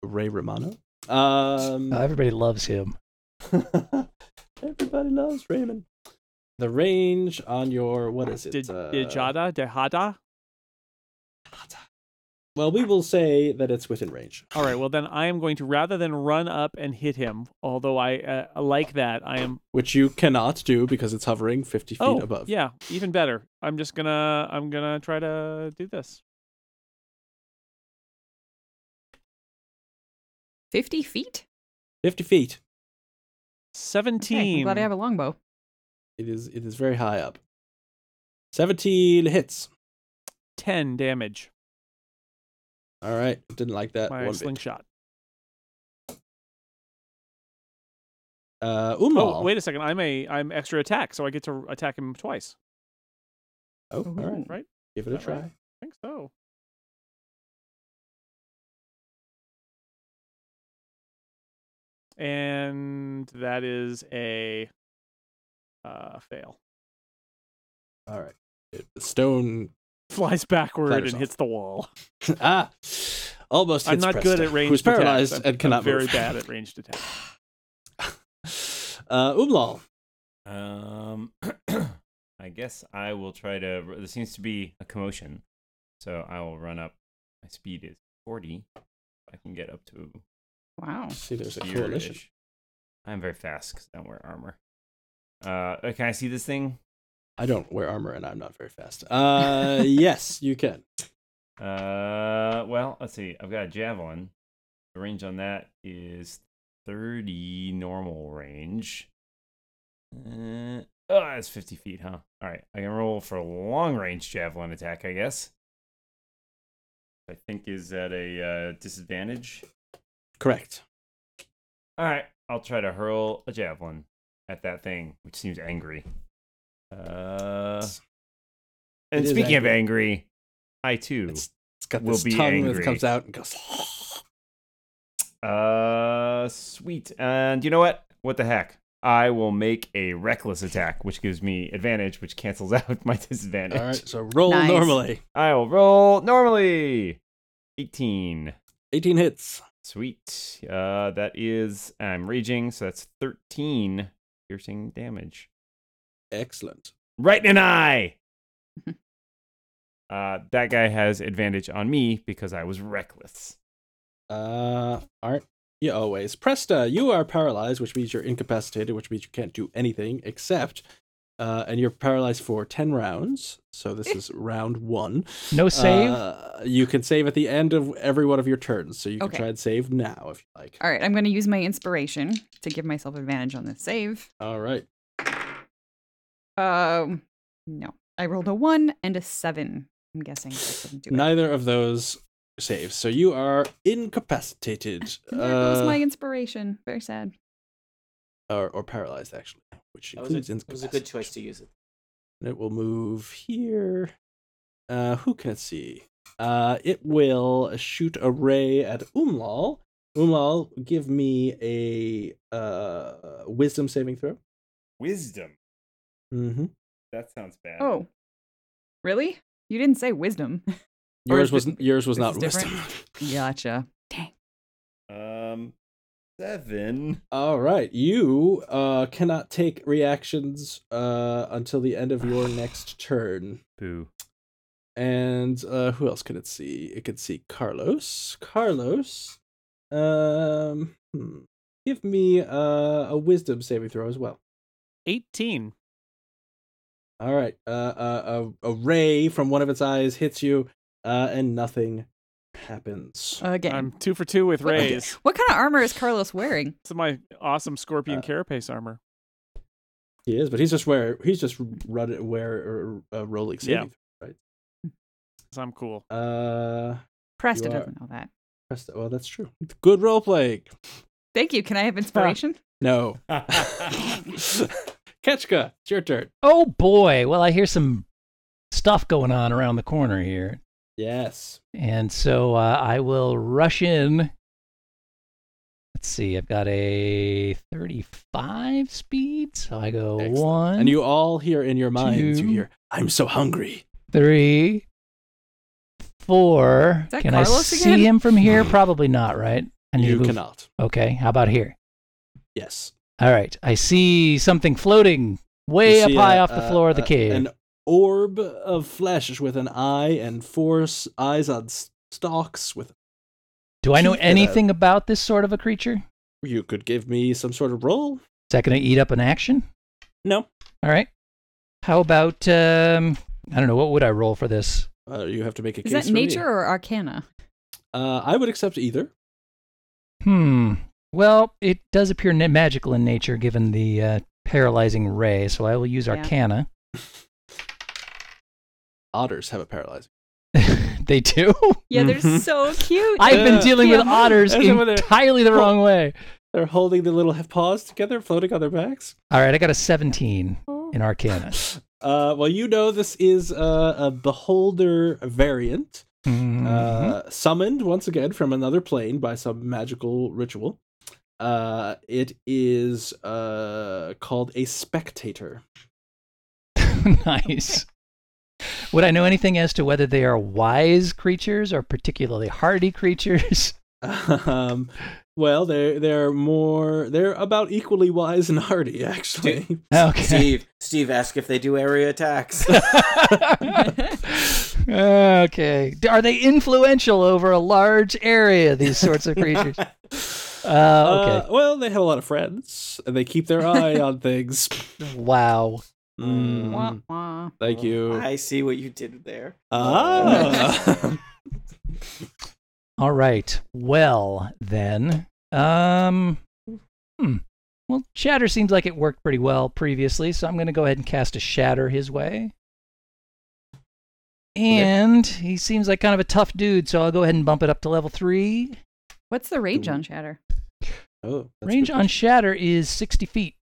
Speaker 2: Ray Romano? Um
Speaker 3: Oh, everybody loves him.
Speaker 2: Everybody loves Raymond. The range on your what is it?
Speaker 1: Did,
Speaker 2: uh,
Speaker 1: Dijada? Dejada?
Speaker 2: Well, we will say that it's within range.
Speaker 1: All right. Well, then I am going to rather than run up and hit him, although I uh, like that. I am.
Speaker 2: Which you cannot do because it's hovering fifty feet
Speaker 1: Oh,
Speaker 2: above.
Speaker 1: yeah. Even better. I'm just gonna. I'm gonna try to do this.
Speaker 4: 50 feet?
Speaker 2: 50 feet.
Speaker 1: Seventeen.
Speaker 4: Okay, I'm glad I have a longbow.
Speaker 2: It is it is very high up. 17 hits.
Speaker 1: Ten damage.
Speaker 2: All right. Didn't like that
Speaker 1: My
Speaker 2: one bit.
Speaker 1: slingshot.
Speaker 2: Uh, Umal.
Speaker 1: Oh, wait a second. I'm a I'm extra attack, so I get to attack him twice.
Speaker 2: Oh, all right.
Speaker 1: Right?
Speaker 2: Give it a
Speaker 1: Is that
Speaker 2: try.
Speaker 1: right? I think so. And that is a uh, fail.
Speaker 2: All right. It- the stone.
Speaker 1: Flies backward and
Speaker 2: Clatters off.
Speaker 1: hits the wall.
Speaker 2: ah. Almost
Speaker 1: I'm
Speaker 2: hits
Speaker 1: not good
Speaker 2: Presta,
Speaker 1: at ranged
Speaker 2: Who's
Speaker 1: attacks.
Speaker 2: paralyzed
Speaker 1: I'm-
Speaker 2: and cannot
Speaker 1: I'm very
Speaker 2: move.
Speaker 1: bad at ranged attacks.
Speaker 2: Uh, Umlal.
Speaker 5: Um, I guess I will try to. There seems to be a commotion, so I will run up. My speed is forty. I can get up to
Speaker 1: Oh,
Speaker 4: Wow.
Speaker 2: See, there's a
Speaker 5: here-ish.
Speaker 2: coalition.
Speaker 5: I'm very fast because I don't wear armor. Uh, can I see this thing?
Speaker 2: I don't wear armor and I'm not very fast. Uh, yes, you can.
Speaker 5: Uh, well, let's see. I've got a javelin. The range on that is 30 normal range. Uh, oh, that's 50 feet, huh? All right, I can roll for a long range javelin attack, I guess. I think is at a uh, disadvantage.
Speaker 2: Correct.
Speaker 5: All right, I'll try to hurl a javelin at that thing, which seems angry. Uh, and
Speaker 2: is
Speaker 5: speaking of angry, I too.
Speaker 2: It's, it's got
Speaker 5: Will
Speaker 2: this
Speaker 5: be
Speaker 2: tongue that
Speaker 5: angry.
Speaker 2: comes out and goes.
Speaker 5: Uh, sweet. And you know what? What the heck? I will make a reckless attack, which gives me advantage, which cancels out my disadvantage.
Speaker 2: All right, so roll
Speaker 4: Nice.
Speaker 2: normally.
Speaker 5: I will roll normally. 18.
Speaker 2: 18 hits.
Speaker 5: Sweet. Uh, that is, I'm raging, so that's 13 piercing damage.
Speaker 2: Excellent.
Speaker 5: Right in an eye! uh, that guy has advantage on me because I was reckless.
Speaker 2: Uh, aren't you always? Presta, you are paralyzed, which means you're incapacitated, which means you can't do anything except. Uh, and you're paralyzed for 10 rounds. So this is round one.
Speaker 3: No save.
Speaker 2: Uh, you can save at the end of every one of your turns. So you can
Speaker 4: Okay.
Speaker 2: try and save now if you like.
Speaker 4: All right, I'm going to use my inspiration to give myself advantage on this save.
Speaker 2: All right.
Speaker 4: Um, no. I rolled a 1 and a 7. I'm guessing that doesn't do it.
Speaker 2: Neither of those saves. So you are incapacitated.
Speaker 4: And there goes
Speaker 2: uh,
Speaker 4: my inspiration. Very sad.
Speaker 2: or, or paralyzed, actually, which
Speaker 7: That was a,
Speaker 2: includes
Speaker 7: that was a good choice
Speaker 2: incapacitation.
Speaker 7: to use it.
Speaker 2: And it will move here. Uh, who can it see? Uh, it will shoot a ray at Umlal. Umlal, give me a uh, wisdom saving throw.
Speaker 5: Wisdom.
Speaker 2: Mm-hmm.
Speaker 5: That sounds bad.
Speaker 4: Oh. Really? You didn't say wisdom. Or
Speaker 2: Yours
Speaker 4: is
Speaker 2: was
Speaker 4: it-
Speaker 2: yours was
Speaker 4: this
Speaker 2: not
Speaker 4: is
Speaker 2: wisdom.
Speaker 4: different? Gotcha. Dang.
Speaker 5: Um, seven.
Speaker 2: All right, you uh, cannot take reactions uh, until the end of your next turn.
Speaker 5: Boo.
Speaker 2: And uh, who else could it see? It could see Carlos. Carlos, um, hmm. give me uh, a wisdom saving throw as well.
Speaker 1: Eighteen.
Speaker 2: All right, uh, uh, a, a ray from one of its eyes hits you, uh, and nothing happens.
Speaker 6: Uh
Speaker 4: Again.
Speaker 1: I'm two for two with
Speaker 4: What-
Speaker 1: rays.
Speaker 4: What kind of armor is Carlos wearing?
Speaker 1: It's my awesome scorpion
Speaker 2: Uh,
Speaker 1: carapace armor.
Speaker 2: He is, but he's just where he's just run where uh, rolling saving.
Speaker 1: So I'm cool.
Speaker 2: throw. Uh,
Speaker 4: Presta
Speaker 2: You are-
Speaker 4: doesn't know that.
Speaker 2: press the- well, that's true. Good role playing.
Speaker 4: Thank you. Can I have inspiration?
Speaker 2: No, Ketchka, it's your turn.
Speaker 3: oh boy. Well, I hear some stuff going on around the corner here,
Speaker 2: Yes.
Speaker 3: and so uh, I will rush in. Let's see. I've got a 35 speed, so I go
Speaker 2: Excellent.
Speaker 3: one.
Speaker 2: And you all hear in your minds,
Speaker 3: Two.
Speaker 2: you hear, I'm so hungry.
Speaker 3: three, four.
Speaker 4: Is that
Speaker 3: Can I
Speaker 4: Carlos
Speaker 3: see
Speaker 4: again?
Speaker 3: him from here? Probably not, right? I need to
Speaker 2: you
Speaker 3: move-
Speaker 2: cannot.
Speaker 3: Okay, how about here?
Speaker 2: Yes.
Speaker 3: All right, I see something floating
Speaker 2: You
Speaker 3: way up
Speaker 2: see
Speaker 3: high
Speaker 2: a-
Speaker 3: off the
Speaker 2: a-
Speaker 3: floor of the
Speaker 2: a-
Speaker 3: cave.
Speaker 2: An orb of flesh with an eye and four s- eyes on s- stalks. With
Speaker 3: Do I know
Speaker 2: teeth that are-
Speaker 3: anything about this sort of a creature? Is
Speaker 2: you could give me some sort of roll.
Speaker 3: that going to eat up an action?
Speaker 2: No.
Speaker 3: All right. How about um? I don't know. What would I roll for this?
Speaker 2: Uh, you have to make a
Speaker 4: Is
Speaker 2: case
Speaker 4: that
Speaker 2: for me.
Speaker 4: nature or arcana?
Speaker 2: Uh, I would accept either.
Speaker 3: Hmm. Well, it does appear na- magical in nature given the uh, paralyzing ray, so I will use
Speaker 4: Yeah.
Speaker 3: Arcana.
Speaker 2: Otters have a paralyzing.
Speaker 3: they do?
Speaker 4: Yeah, they're
Speaker 2: Mhm.
Speaker 4: so cute.
Speaker 3: I've been
Speaker 2: Yeah.
Speaker 3: dealing with
Speaker 4: Yeah.
Speaker 3: otters
Speaker 2: That's what it-
Speaker 3: entirely the wrong way.
Speaker 2: They're holding the little paws together, floating on their backs.
Speaker 3: All right, I got a 17
Speaker 2: Oh.
Speaker 3: in Arcana.
Speaker 2: Uh, well, you know this is uh, a beholder variant.
Speaker 3: Mhm.
Speaker 2: uh, summoned once again from another plane by some magical ritual. Uh, it is uh, called a spectator.
Speaker 3: Hmm. nice. Would I know anything as to whether they are wise creatures or particularly hardy creatures?
Speaker 2: Um, well, they're they're more they're about equally wise and hardy, actually.
Speaker 3: Okay.
Speaker 7: Steve, Steve, ask if they do area attacks.
Speaker 3: okay. D- Are they influential over a large area, these sorts of creatures? Uh,
Speaker 2: Uh, well, they have a lot of friends, and they keep their eye on things.
Speaker 3: okay. Wow.
Speaker 2: Mm,
Speaker 4: Wah, wah.
Speaker 2: thank you.
Speaker 7: I see what you did there.
Speaker 2: Ah.
Speaker 3: All right. Well, then. Um, hmm. Well, Shatter seems like it worked pretty well previously, so I'm going to go ahead and cast a Shatter his way. And he seems like kind of a tough dude, so I'll go ahead and bump it up to level three.
Speaker 4: What's the range on Shatter?
Speaker 2: oh, that's
Speaker 3: Range
Speaker 2: good.
Speaker 3: on Shatter is 60 feet.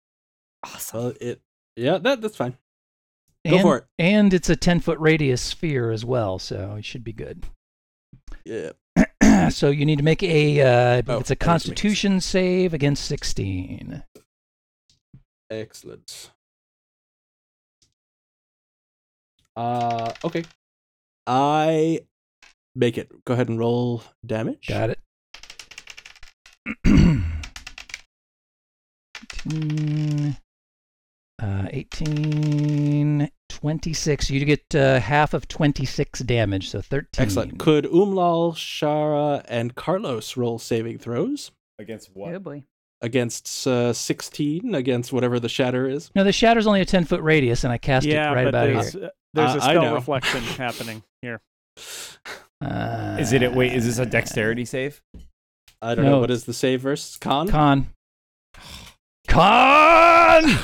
Speaker 4: Awesome.
Speaker 2: Well, it yeah, that that's fine. Go
Speaker 3: and,
Speaker 2: for it.
Speaker 3: And it's a 10 foot radius sphere as well, so it should be good.
Speaker 2: Yeah.
Speaker 3: so you need to make a, uh, I believe
Speaker 2: Oh,
Speaker 3: it's a
Speaker 2: that was me.
Speaker 3: constitution save against 16.
Speaker 2: Excellent. Uh okay. I make it. Go ahead and roll damage.
Speaker 3: Got it. 18, uh, 18, 26. You get uh, half of 26 damage, so 13.
Speaker 2: Excellent. Could Umlal, Shara, and Carlos roll saving throws
Speaker 5: Against what?
Speaker 4: Oh boy.
Speaker 2: against uh, 16 against whatever the shatter is?
Speaker 3: No, the shatter's only a 10 foot radius, and I cast
Speaker 1: yeah,
Speaker 3: it right
Speaker 1: but
Speaker 3: about here.
Speaker 1: there's, uh, there's a
Speaker 2: I- I
Speaker 1: spell
Speaker 2: know.
Speaker 1: reflection happening here.
Speaker 3: Uh,
Speaker 5: Is it? A, wait, is this a dexterity save?
Speaker 2: I don't
Speaker 3: No.
Speaker 2: know. What is the save versus con?
Speaker 3: Con. Con!
Speaker 5: Why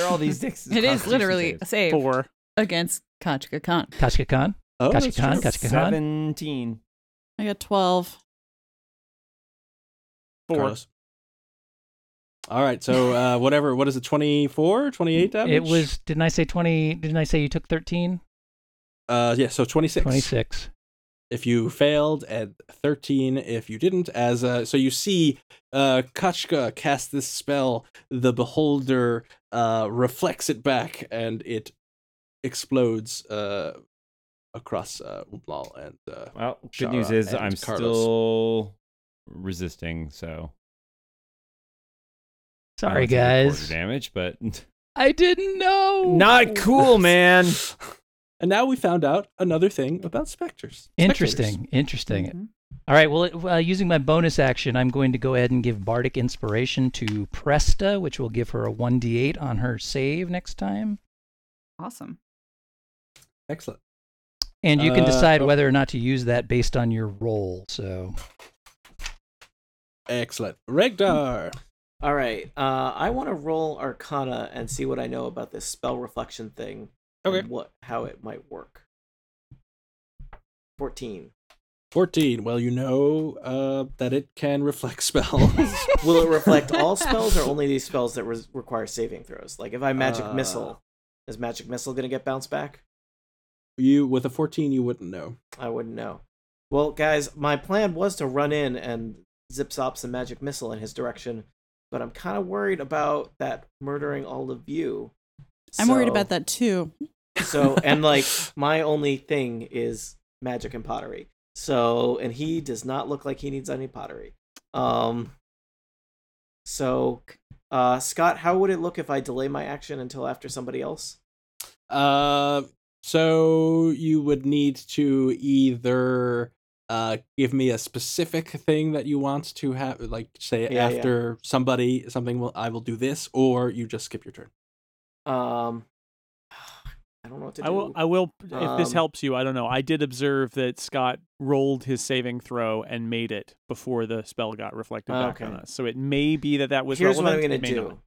Speaker 5: are all these dex?
Speaker 4: It is literally a save
Speaker 1: Four.
Speaker 4: against Kachka Khan.
Speaker 3: Kashka Khan.
Speaker 2: Oh,
Speaker 3: Gotcha,
Speaker 2: that's
Speaker 3: con,
Speaker 2: true.
Speaker 3: gotcha.
Speaker 5: Seventeen.
Speaker 6: I got 12.
Speaker 1: Four.
Speaker 2: Carlos. All right. So uh, whatever. What is it? 24, 28 damage?
Speaker 3: It was, didn't I say 20? Didn't I say you took 13?
Speaker 2: Uh, yeah. So
Speaker 3: 26.
Speaker 2: if you failed and 13 if you didn't as uh, so you see uh kachka cast this spell the beholder uh reflects it back and it explodes uh across uh Umlal and uh
Speaker 5: Well, good
Speaker 2: Shara
Speaker 5: news is
Speaker 2: and
Speaker 5: I'm
Speaker 2: Carlos.
Speaker 5: still resisting, so I
Speaker 3: Sorry,
Speaker 5: don't take a quarter
Speaker 3: guys.
Speaker 5: Damage, but
Speaker 3: I didn't know.
Speaker 5: not cool, man.
Speaker 2: and now we found out another thing about specters
Speaker 3: Interesting. Interesting.
Speaker 4: Mhm.
Speaker 3: All right. Well, it- uh, using my bonus action, I'm going to go ahead and give Bardic Inspiration to Presta, which will give her a 1d8 on her save next time.
Speaker 4: Awesome.
Speaker 2: Specters. excellent
Speaker 3: And you can
Speaker 2: Uh,
Speaker 3: decide
Speaker 2: oh.
Speaker 3: whether or not to use that based on your roll. So,
Speaker 2: excellent regdar
Speaker 7: All right. Uh, I want to roll Arcana and see what I know about this spell reflection thing. and
Speaker 2: Okay.
Speaker 7: What? How it might work. Fourteen.
Speaker 2: 14 well you know uh that it can reflect spells
Speaker 7: Will it reflect all spells or only these spells that res- require saving throws? Like if I magic
Speaker 2: Uh.
Speaker 7: missile, is magic missile gonna get bounced back?
Speaker 2: you with a 14 you wouldn't know
Speaker 7: I wouldn't know. Well, guys, my plan was to run in and zip zop some magic missile in his direction, but I'm kind of worried about that murdering all of you.
Speaker 6: I'm worried
Speaker 7: So-
Speaker 6: about that too.
Speaker 7: So and like my only thing is magic and pottery. So and he does not look like he needs any pottery. Um so uh Scott, how would it look if I delay my action until after somebody else?
Speaker 2: Uh, so you would need to either uh give me a specific thing that you want to have, like say
Speaker 7: Yeah, yeah.
Speaker 2: after somebody something will I will do this, or you just skip your turn.
Speaker 7: Um I don't don't know what to do.
Speaker 1: I will. I will. If this
Speaker 7: Um,
Speaker 1: helps you, I don't know. I did observe that Scott rolled his saving throw and made it before the spell got reflected back on
Speaker 7: Okay.
Speaker 1: us. So it may be that that was.
Speaker 7: Here's
Speaker 1: relevant.
Speaker 7: what I'm gonna
Speaker 1: it may
Speaker 7: do.
Speaker 1: not.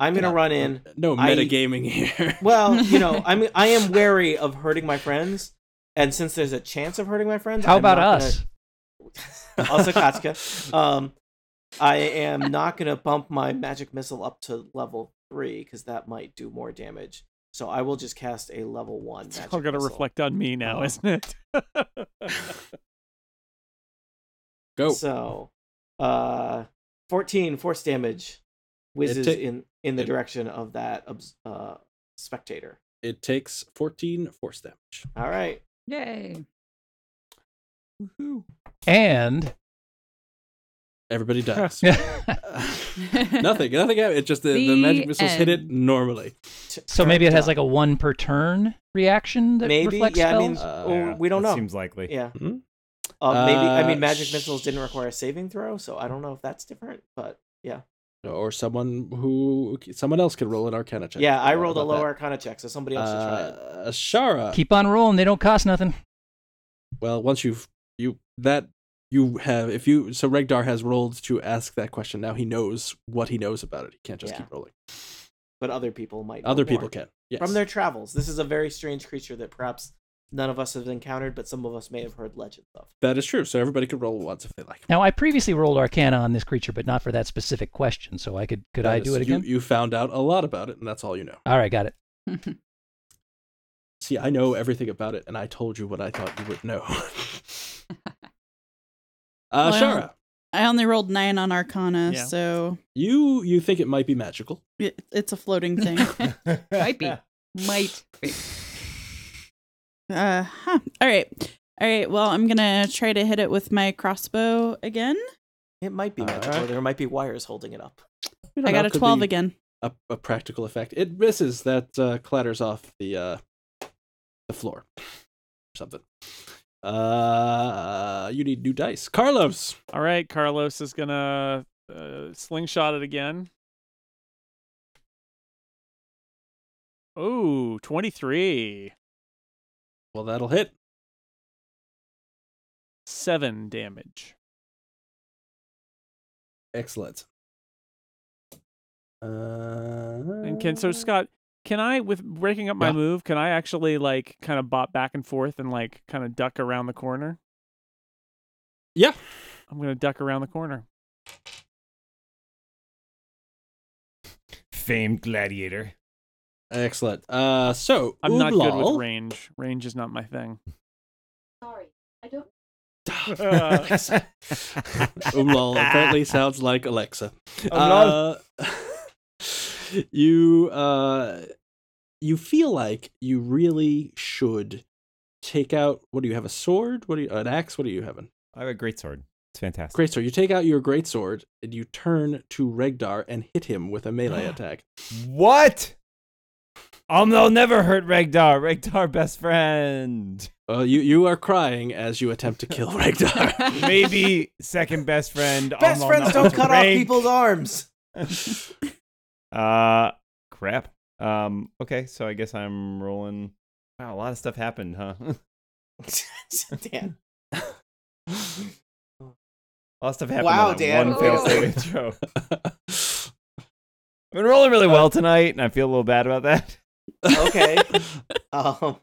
Speaker 7: I'm gonna
Speaker 2: Yeah.
Speaker 7: run in.
Speaker 2: No
Speaker 7: I-
Speaker 2: metagaming here.
Speaker 7: Well, you know, I'm I am wary of hurting my friends, and since there's a chance of hurting my friends,
Speaker 3: How
Speaker 7: I'm
Speaker 3: about
Speaker 7: not
Speaker 3: us?
Speaker 7: Gonna, also, Katsuka. Um, I am not gonna bump my magic missile up to level three because that might do more damage. So I will just cast a level one.
Speaker 1: It's
Speaker 7: magic
Speaker 1: all gonna
Speaker 7: missile.
Speaker 1: reflect on me now,
Speaker 7: Um,
Speaker 1: isn't it?
Speaker 2: Go.
Speaker 7: So, uh, 14 force damage whizzes
Speaker 2: ta-
Speaker 7: in in the
Speaker 2: it-
Speaker 7: direction of that obs- uh spectator.
Speaker 2: It takes 14 force damage.
Speaker 7: All right.
Speaker 4: Yay.
Speaker 3: And
Speaker 2: Everybody dies.
Speaker 4: Nothing.
Speaker 2: nothing. Nothing happened. It's just the, the,
Speaker 4: The
Speaker 2: magic missiles hit it
Speaker 4: end.
Speaker 2: normally.
Speaker 7: T-
Speaker 3: so maybe it has
Speaker 7: turn
Speaker 3: like a one per turn reaction that
Speaker 7: Maybe,
Speaker 3: reflects
Speaker 7: yeah, I
Speaker 3: spells.
Speaker 7: mean-
Speaker 2: Uh,
Speaker 7: Oh, we don't
Speaker 5: that
Speaker 7: know.
Speaker 5: Seems
Speaker 7: down.
Speaker 5: likely.
Speaker 7: Yeah.
Speaker 2: Hmm?
Speaker 7: Uh, maybe I
Speaker 2: Uh,
Speaker 7: mean magic missiles
Speaker 2: sh-
Speaker 7: didn't require a saving throw, so I don't know if that's different, but yeah.
Speaker 2: Or someone who someone else can roll an Arcana check.
Speaker 7: yeah, I
Speaker 2: Don't worry
Speaker 7: rolled a
Speaker 2: about that.
Speaker 7: low arcana check, so somebody else should try it.
Speaker 2: Uh, Shara.
Speaker 3: Keep on rolling; they don't cost nothing.
Speaker 2: well, once you've you that you have if you so Regdar has rolled to ask that question. Now he knows what he knows about it. He can't just
Speaker 7: Yeah.
Speaker 2: keep rolling.
Speaker 7: But other people might know
Speaker 2: Other
Speaker 7: more.
Speaker 2: people can. Yes.
Speaker 7: From their travels. This is a very strange creature that perhaps none of us have encountered, but some of us may have heard legends of.
Speaker 2: that is true. So everybody can roll once if they like.
Speaker 3: Now, I previously rolled Arcana on this creature, but not for that specific question. So I could could
Speaker 2: That
Speaker 3: I
Speaker 2: is-
Speaker 3: do it again?
Speaker 2: You, you found out a lot about it, and that's all you know.
Speaker 3: All right, got it.
Speaker 2: See, I know everything about it, and I told you what I thought you would know. uh,
Speaker 6: Well-
Speaker 2: Shara,
Speaker 6: I only rolled nine on Arcana,
Speaker 1: Yeah.
Speaker 6: so
Speaker 2: you you think it might be magical?
Speaker 6: it, it's a floating thing.
Speaker 4: Might be. Might. be.
Speaker 6: uh huh. All right. All right. Well, I'm gonna try to hit it with my crossbow again.
Speaker 7: It might be
Speaker 2: All
Speaker 7: magical.
Speaker 2: right.
Speaker 7: There might be wires holding it up.
Speaker 2: We don't
Speaker 6: I got
Speaker 2: know,
Speaker 6: a
Speaker 2: could
Speaker 6: twelve
Speaker 2: be
Speaker 6: again.
Speaker 2: A, a practical effect. It misses. That uh, clatters off the uh, the floor. Something. Uh, you need new dice, Carlos.
Speaker 1: all right, Carlos is gonna uh, slingshot it again. Oh, 23.
Speaker 2: Well, that'll hit.
Speaker 1: Seven damage.
Speaker 2: Excellent. Uh,
Speaker 1: And can so Scott, can I with breaking up my
Speaker 2: Yeah.
Speaker 1: move, can I actually like kind of bop back and forth and like kind of duck around the corner?
Speaker 2: Yeah.
Speaker 1: I'm gonna duck around the corner.
Speaker 5: Famed gladiator.
Speaker 2: Excellent. Uh, so
Speaker 1: I'm not good
Speaker 2: Oolong-
Speaker 1: with range. Range is not my thing.
Speaker 5: Uh,
Speaker 2: Umlal apparently sounds like Alexa.
Speaker 5: Oh,
Speaker 7: Umlal.
Speaker 2: Uh, you uh, you feel like you really should take out. What do you have? A sword? What do you? An axe? What are you having?
Speaker 5: I have a great sword. It's fantastic.
Speaker 2: Great sword. You take out your great sword and you turn to Regdar and hit him with a melee attack.
Speaker 5: What? Omno never hurt Regdar. Regdar best friend.
Speaker 2: Uh, you you are crying as you attempt to kill Regdar.
Speaker 5: Maybe second best friend.
Speaker 7: Best
Speaker 5: Omno
Speaker 7: friends
Speaker 5: knows
Speaker 7: don't cut off
Speaker 5: rank.
Speaker 7: people's arms.
Speaker 5: Uh crap. Um okay, so I guess I'm rolling. Wow, a lot of stuff happened, huh? a
Speaker 7: Dan.
Speaker 5: lot of stuff happened.
Speaker 7: Wow,
Speaker 5: on that
Speaker 7: Dan.
Speaker 5: One fail
Speaker 4: Oh.
Speaker 5: save intro. I've been rolling
Speaker 7: Uh,
Speaker 5: really well tonight, and I feel a little bad about that.
Speaker 7: Okay. um,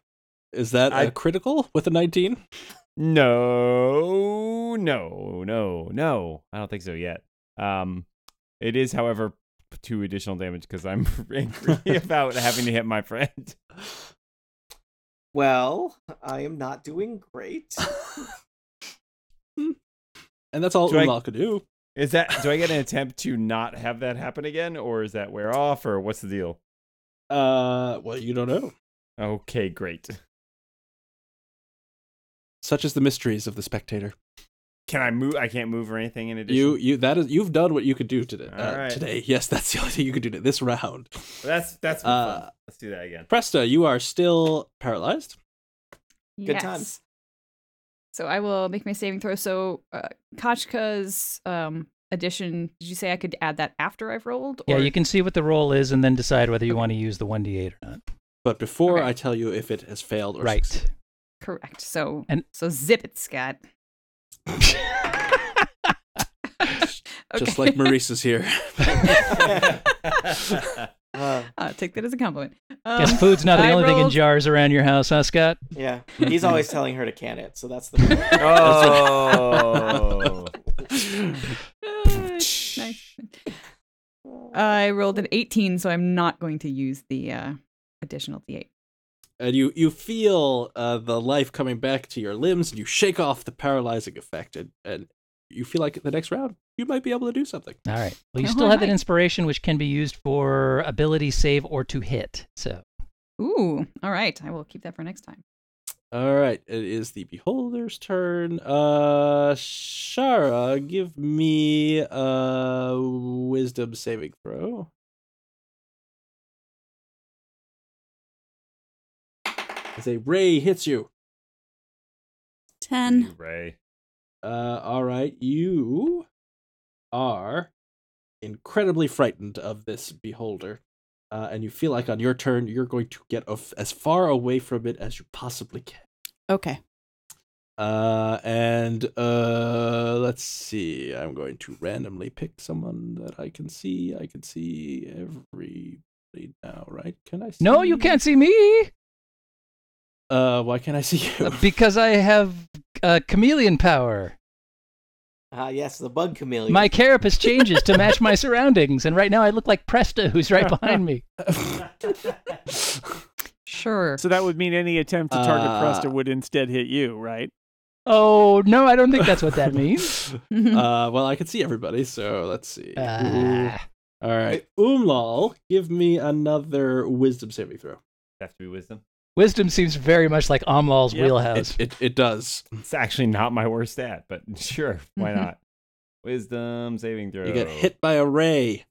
Speaker 2: Is that a
Speaker 5: I-
Speaker 2: critical with a nineteen?
Speaker 5: No, no, no, no. I don't think so yet. Um, it is, however, two additional damage because I'm angry about having to hit my friend.
Speaker 7: well, I am not doing great.
Speaker 2: And that's all
Speaker 5: Do I-
Speaker 2: Umlal could do.
Speaker 5: Is that do I get an attempt to not have that happen again, or is that wear off, or what's the deal?
Speaker 2: Uh, well, you don't know.
Speaker 5: Okay, great.
Speaker 2: Such is the mysteries of the spectator.
Speaker 5: Can I move? I can't move or anything in addition.
Speaker 2: You you that is you've done what you could do today. Uh,
Speaker 5: All right.
Speaker 2: Today, yes, that's the only thing you could do to this round.
Speaker 5: That's that's been
Speaker 2: Uh,
Speaker 5: fun. Let's do that again.
Speaker 2: Presta, you are still paralyzed.
Speaker 7: Good times.
Speaker 4: Yes. So I will make my saving throw. So uh, Kochka's um, addition, did you say I could add that after I've rolled?
Speaker 3: Yeah,
Speaker 4: or-
Speaker 3: you can see what the roll is and then decide whether you want to use the one d8 or not.
Speaker 2: But before
Speaker 4: Okay.
Speaker 2: I tell you if it has failed or
Speaker 3: right.
Speaker 2: succeeded.
Speaker 4: Correct. So
Speaker 3: And-
Speaker 4: so zip it, Scott.
Speaker 2: just like Maurice is here.
Speaker 7: Uh,
Speaker 4: Uh, take that as a compliment. Um,
Speaker 3: Guess food's not the
Speaker 4: I
Speaker 3: only thing in
Speaker 4: rolled-
Speaker 3: jars around your house, huh, Scott?
Speaker 7: yeah, he's always telling her to can it, so that's the.
Speaker 5: oh.
Speaker 4: Uh, nice. I rolled an 18, so I'm not going to use the uh, additional d8.
Speaker 2: and you you feel uh, the life coming back to your limbs and you shake off the paralyzing effect and, and you feel like the next round you might be able to do something
Speaker 3: All right. Well, you
Speaker 4: Oh,
Speaker 3: still have that
Speaker 4: alright.
Speaker 3: inspiration, which can be used for ability save or to hit. So
Speaker 4: Ooh, all right. I will keep that for next time.
Speaker 2: all right it is the beholder's turn uh shara give me a wisdom saving throw as a ray hits you
Speaker 6: 10.
Speaker 5: Ray.
Speaker 2: Uh, all right, you are incredibly frightened of this beholder, uh, and you feel like on your turn you're going to get af- as far away from it as you possibly can.
Speaker 6: Okay.
Speaker 2: Uh, and uh, let's see. I'm going to randomly pick someone that I can see. I can see everybody now, right? Can I? See?
Speaker 3: no, you can't see me
Speaker 2: Uh, why can't I see you?
Speaker 3: uh, because I have uh, chameleon power.
Speaker 7: Ah, yes, the bug chameleon.
Speaker 3: My carapace changes to match my surroundings, and right now I look like Presta, who's right behind me.
Speaker 4: Sure.
Speaker 1: So that would mean any attempt to target
Speaker 2: Uh,
Speaker 1: Presta would instead hit you, right?
Speaker 3: Oh no, I don't think that's what that means.
Speaker 2: uh, well, I can see everybody, so let's see.
Speaker 3: Ah.
Speaker 2: All right, Umlal, give me another Wisdom saving throw.
Speaker 5: Have to be wisdom.
Speaker 3: wisdom seems very much like Amlal's
Speaker 1: Yep.
Speaker 3: wheelhouse.
Speaker 2: It, it it does.
Speaker 5: It's actually not my worst stat, but sure, why not? Wisdom saving throw.
Speaker 2: Mm-hmm. You get hit by a ray.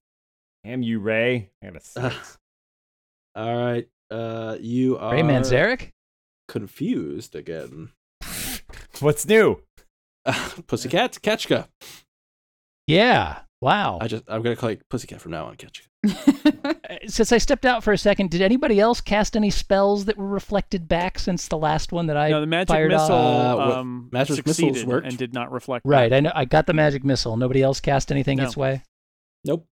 Speaker 5: Am you Ray? I got a six.
Speaker 2: All right, uh, you are
Speaker 3: Ray Manzarek?
Speaker 2: confused again.
Speaker 5: What's new?
Speaker 2: Pussycat, Ketchka.
Speaker 3: Yeah. Wow.
Speaker 2: I just I'm gonna call you Pussycat from now on, Ketchka.
Speaker 3: Uh, Since I stepped out for a second, did anybody else cast any spells that were reflected back since the last one that I
Speaker 1: no, the magic
Speaker 3: fired
Speaker 1: missile
Speaker 3: off?
Speaker 2: Uh, well,
Speaker 1: um,
Speaker 2: magic missiles
Speaker 1: succeeded
Speaker 2: worked.
Speaker 1: and did not reflect.
Speaker 3: Right.
Speaker 1: that.
Speaker 3: I know. I got the magic missile. Nobody else cast anything
Speaker 1: No.
Speaker 3: its way.
Speaker 2: Nope.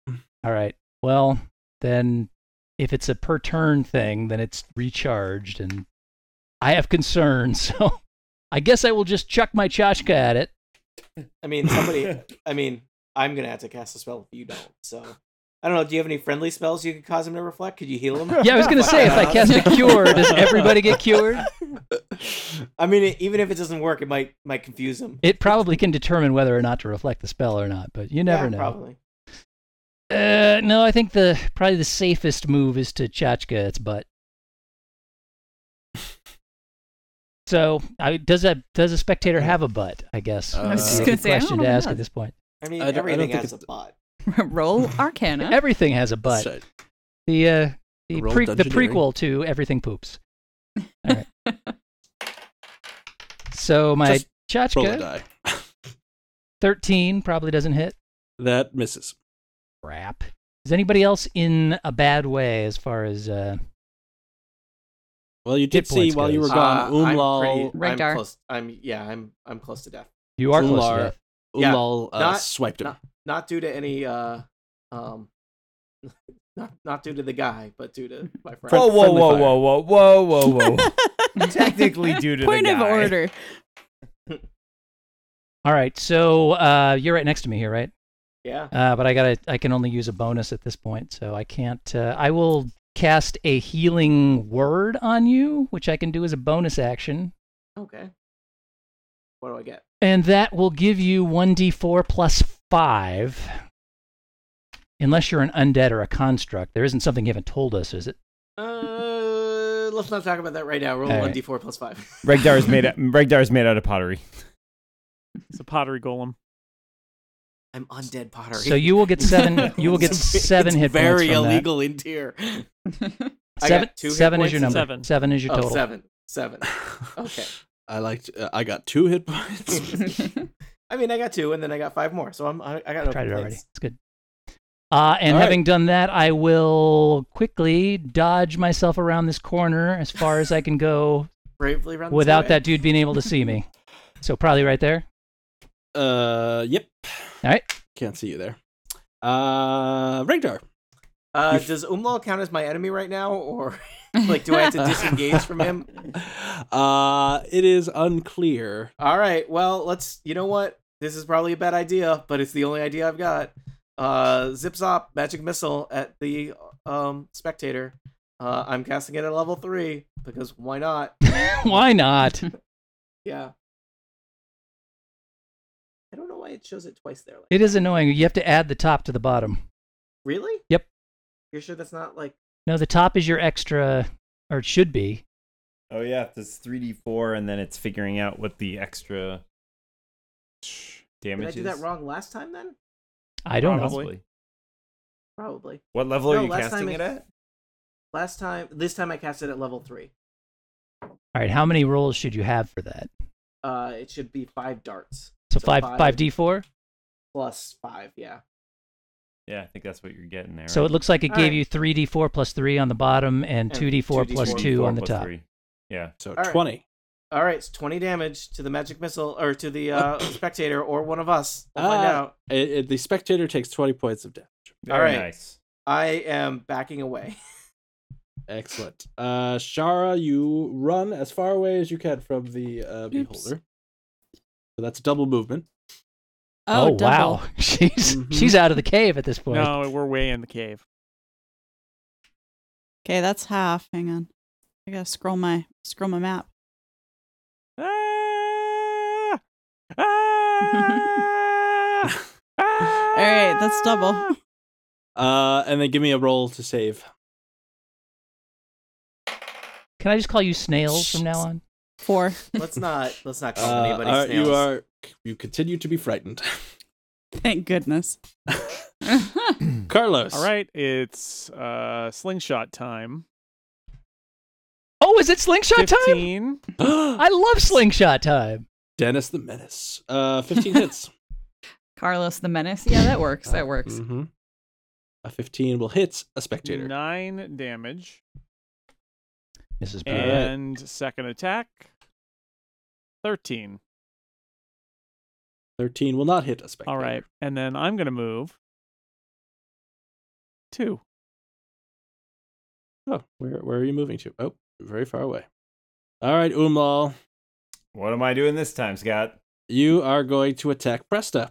Speaker 3: All right. Well, then, if it's a per turn thing, then it's recharged, and I have concerns. So, I guess I will just chuck my chashka at it.
Speaker 7: I mean, somebody. I mean, I'm gonna have to cast a spell if you don't. So, I don't know. Do you have any friendly spells you could cause him to reflect? Could you heal him?
Speaker 3: Yeah, I was gonna say if I cast a cure, does everybody get cured?
Speaker 7: I mean, e, even if it doesn't work, it might might confuse him.
Speaker 3: It probably can determine whether or not to reflect the spell or not, but you never
Speaker 7: Yeah,
Speaker 3: know.
Speaker 7: Probably.
Speaker 3: Uh, no, I think the probably the safest move is to Chachka its butt. So, I, does a does a spectator have a butt? I guess.
Speaker 2: I was
Speaker 3: Would
Speaker 2: just
Speaker 3: be a
Speaker 2: gonna
Speaker 3: good
Speaker 4: say, I don't
Speaker 3: question
Speaker 4: know
Speaker 3: to
Speaker 4: if it
Speaker 3: ask at
Speaker 4: does.
Speaker 3: this point.
Speaker 7: I mean,
Speaker 2: I don't- I don't
Speaker 7: everything
Speaker 2: think
Speaker 7: has a
Speaker 2: it's-
Speaker 7: bot.
Speaker 4: Roll Arcana.
Speaker 3: Everything has a butt.
Speaker 2: So-
Speaker 3: The uh, the,
Speaker 2: Roll
Speaker 3: pre- the
Speaker 2: Dungeoneering.
Speaker 3: prequel to Everything Poops. All right. so my
Speaker 2: Just roll a
Speaker 3: Chachka
Speaker 2: die.
Speaker 3: thirteen probably doesn't hit.
Speaker 2: That misses.
Speaker 3: Crap. Is anybody else in a bad way as far as uh,
Speaker 2: Well, you did
Speaker 3: Hit
Speaker 2: see
Speaker 3: points
Speaker 2: while you were
Speaker 3: goes.
Speaker 2: gone,
Speaker 7: Uh, I'm
Speaker 2: Umlal,
Speaker 7: pretty- I'm
Speaker 4: Rengar.
Speaker 7: close. I'm yeah. I'm I'm close to death.
Speaker 3: you are close
Speaker 2: Umlar.
Speaker 3: to death.
Speaker 7: Yeah,
Speaker 2: Umlal uh,
Speaker 7: not-
Speaker 2: swiped him.
Speaker 7: not- Not due to any. uh um Not not due to the guy, but due to my friend.
Speaker 5: Whoa, whoa,
Speaker 2: friendly
Speaker 5: whoa,
Speaker 2: fire.
Speaker 5: whoa, whoa, whoa, whoa, whoa. Technically due to
Speaker 6: Point
Speaker 5: the
Speaker 6: of
Speaker 5: guy.
Speaker 6: order.
Speaker 3: All right, so uh, you're right next to me here, right?
Speaker 7: Yeah.
Speaker 3: Uh, but I gotta, I can only use a bonus at this point, so I can't. Uh, I will cast a healing word on you, which I can do as a bonus action,
Speaker 7: Okay. What do I get?
Speaker 3: and that will give you one d4 plus five. Unless you're an undead or a construct, there isn't something you haven't told us, is it?
Speaker 7: Uh, let's not talk about that right now. Roll
Speaker 3: All
Speaker 7: one
Speaker 3: right.
Speaker 7: d four plus five.
Speaker 5: Regdar is made out, Regdar is made out of pottery.
Speaker 1: It's a pottery golem.
Speaker 7: I'm undead pottery.
Speaker 3: So you will get seven. You will get
Speaker 7: It's ve-
Speaker 3: seven
Speaker 7: it's
Speaker 3: hit points
Speaker 7: Very
Speaker 3: from that.
Speaker 7: illegal in tier. I got
Speaker 3: Seven.
Speaker 7: two hit
Speaker 3: seven is
Speaker 7: points
Speaker 3: your
Speaker 7: and
Speaker 3: number.
Speaker 1: seven.
Speaker 3: seven is your
Speaker 7: Oh,
Speaker 3: total.
Speaker 7: seven. Seven. Okay.
Speaker 2: I liked. Uh, I got two hit points.
Speaker 7: I mean, I got two, and then I got five more, so I'm I, I got no
Speaker 3: Tried it already.
Speaker 7: complaints.
Speaker 3: It's good. Uh, and
Speaker 2: All right.
Speaker 3: having done that, I will quickly dodge myself around this corner as far as I can go
Speaker 7: Bravely runs
Speaker 3: without
Speaker 7: away.
Speaker 3: that dude being able to see me. So probably right there.
Speaker 2: Uh, yep.
Speaker 3: All right.
Speaker 2: Can't see you there. Uh, Ragnar.
Speaker 7: Uh,
Speaker 2: You've-
Speaker 7: does Umlal count as my enemy right now, or like do I have to disengage from him?
Speaker 2: Uh, it is unclear.
Speaker 7: All right. Well, let's. You know what? This is probably a bad idea, but it's the only idea I've got. Uh, zip zop magic missile at the um spectator. Uh, I'm casting it at level three because why not?
Speaker 3: Why not?
Speaker 7: Yeah. I don't know why it shows it twice there. Like,
Speaker 3: It is annoying. You have to add the top to the bottom.
Speaker 7: really?
Speaker 3: Yep.
Speaker 7: You're sure that's not like?
Speaker 3: No, the top is your extra, or it should be.
Speaker 5: Oh yeah, if it's three D four, and then it's figuring out what the extra
Speaker 7: Did
Speaker 5: damage
Speaker 7: I do
Speaker 5: is.
Speaker 7: that wrong last time? Then
Speaker 3: I don't know.
Speaker 5: Probably.
Speaker 7: probably.
Speaker 5: What level
Speaker 7: No,
Speaker 5: are you
Speaker 7: last
Speaker 5: casting
Speaker 7: time
Speaker 5: it
Speaker 7: it-
Speaker 5: at?
Speaker 7: Last time, this time I cast it at level three.
Speaker 3: All right. How many rolls should you have for that?
Speaker 7: Uh, it should be five darts.
Speaker 3: So five, five D four.
Speaker 7: plus five. Yeah.
Speaker 5: Yeah, I think that's what you're getting there.
Speaker 3: So it looks like it
Speaker 7: All
Speaker 3: gave
Speaker 7: right.
Speaker 3: you three D four plus three on the bottom and
Speaker 7: And
Speaker 3: two D four
Speaker 7: 2D4
Speaker 3: plus
Speaker 7: plus
Speaker 3: two on the top.
Speaker 5: Yeah.
Speaker 2: So
Speaker 7: right.
Speaker 2: twenty.
Speaker 7: All right, it's twenty damage to the magic missile or to the uh, spectator or one of us. We'll find
Speaker 2: Ah.
Speaker 7: out.
Speaker 2: It, it- the spectator takes twenty points of damage.
Speaker 5: Very
Speaker 7: right.
Speaker 5: nice.
Speaker 7: I am backing away.
Speaker 2: Excellent. Uh, Shara, you run as far away as you can from the uh, beholder. So that's double movement.
Speaker 3: Oh,
Speaker 6: double.
Speaker 3: wow, she's
Speaker 2: Mhm.
Speaker 3: she's out of the cave at this point.
Speaker 1: No, we're way in the cave.
Speaker 6: Okay, that's half. Hang on. I gotta scroll my scroll my map.
Speaker 1: Ah! Ah! Ah!
Speaker 6: All right, that's double.
Speaker 2: Uh, and then give me a roll to save.
Speaker 3: Can I just call you snails from now on?
Speaker 6: Four.
Speaker 7: Let's not. Let's not call
Speaker 2: Uh,
Speaker 7: anybody
Speaker 2: all right,
Speaker 7: snails.
Speaker 2: you are you continue to be frightened.
Speaker 6: Thank goodness.
Speaker 2: Carlos.
Speaker 1: All right, it's uh, slingshot time.
Speaker 3: Oh, is it slingshot time?
Speaker 1: 15.
Speaker 2: right.
Speaker 3: I love slingshot time.
Speaker 2: Dennis the Menace. Uh, fifteen hits.
Speaker 4: Carlos the Menace. Yeah, that works. That works.
Speaker 2: hmm A fifteen will hit a spectator.
Speaker 1: Nine damage.
Speaker 3: Mrs.
Speaker 2: All right.
Speaker 3: Potter.
Speaker 1: And second attack. 13.
Speaker 2: Thirteen will not hit a spectator.
Speaker 1: All right. And then I'm going to move. Two.
Speaker 2: Oh, where where are you moving to? Oh, very far away. All right, Umlal.
Speaker 5: What am I doing this time, Scott?
Speaker 2: You are going to attack Presta.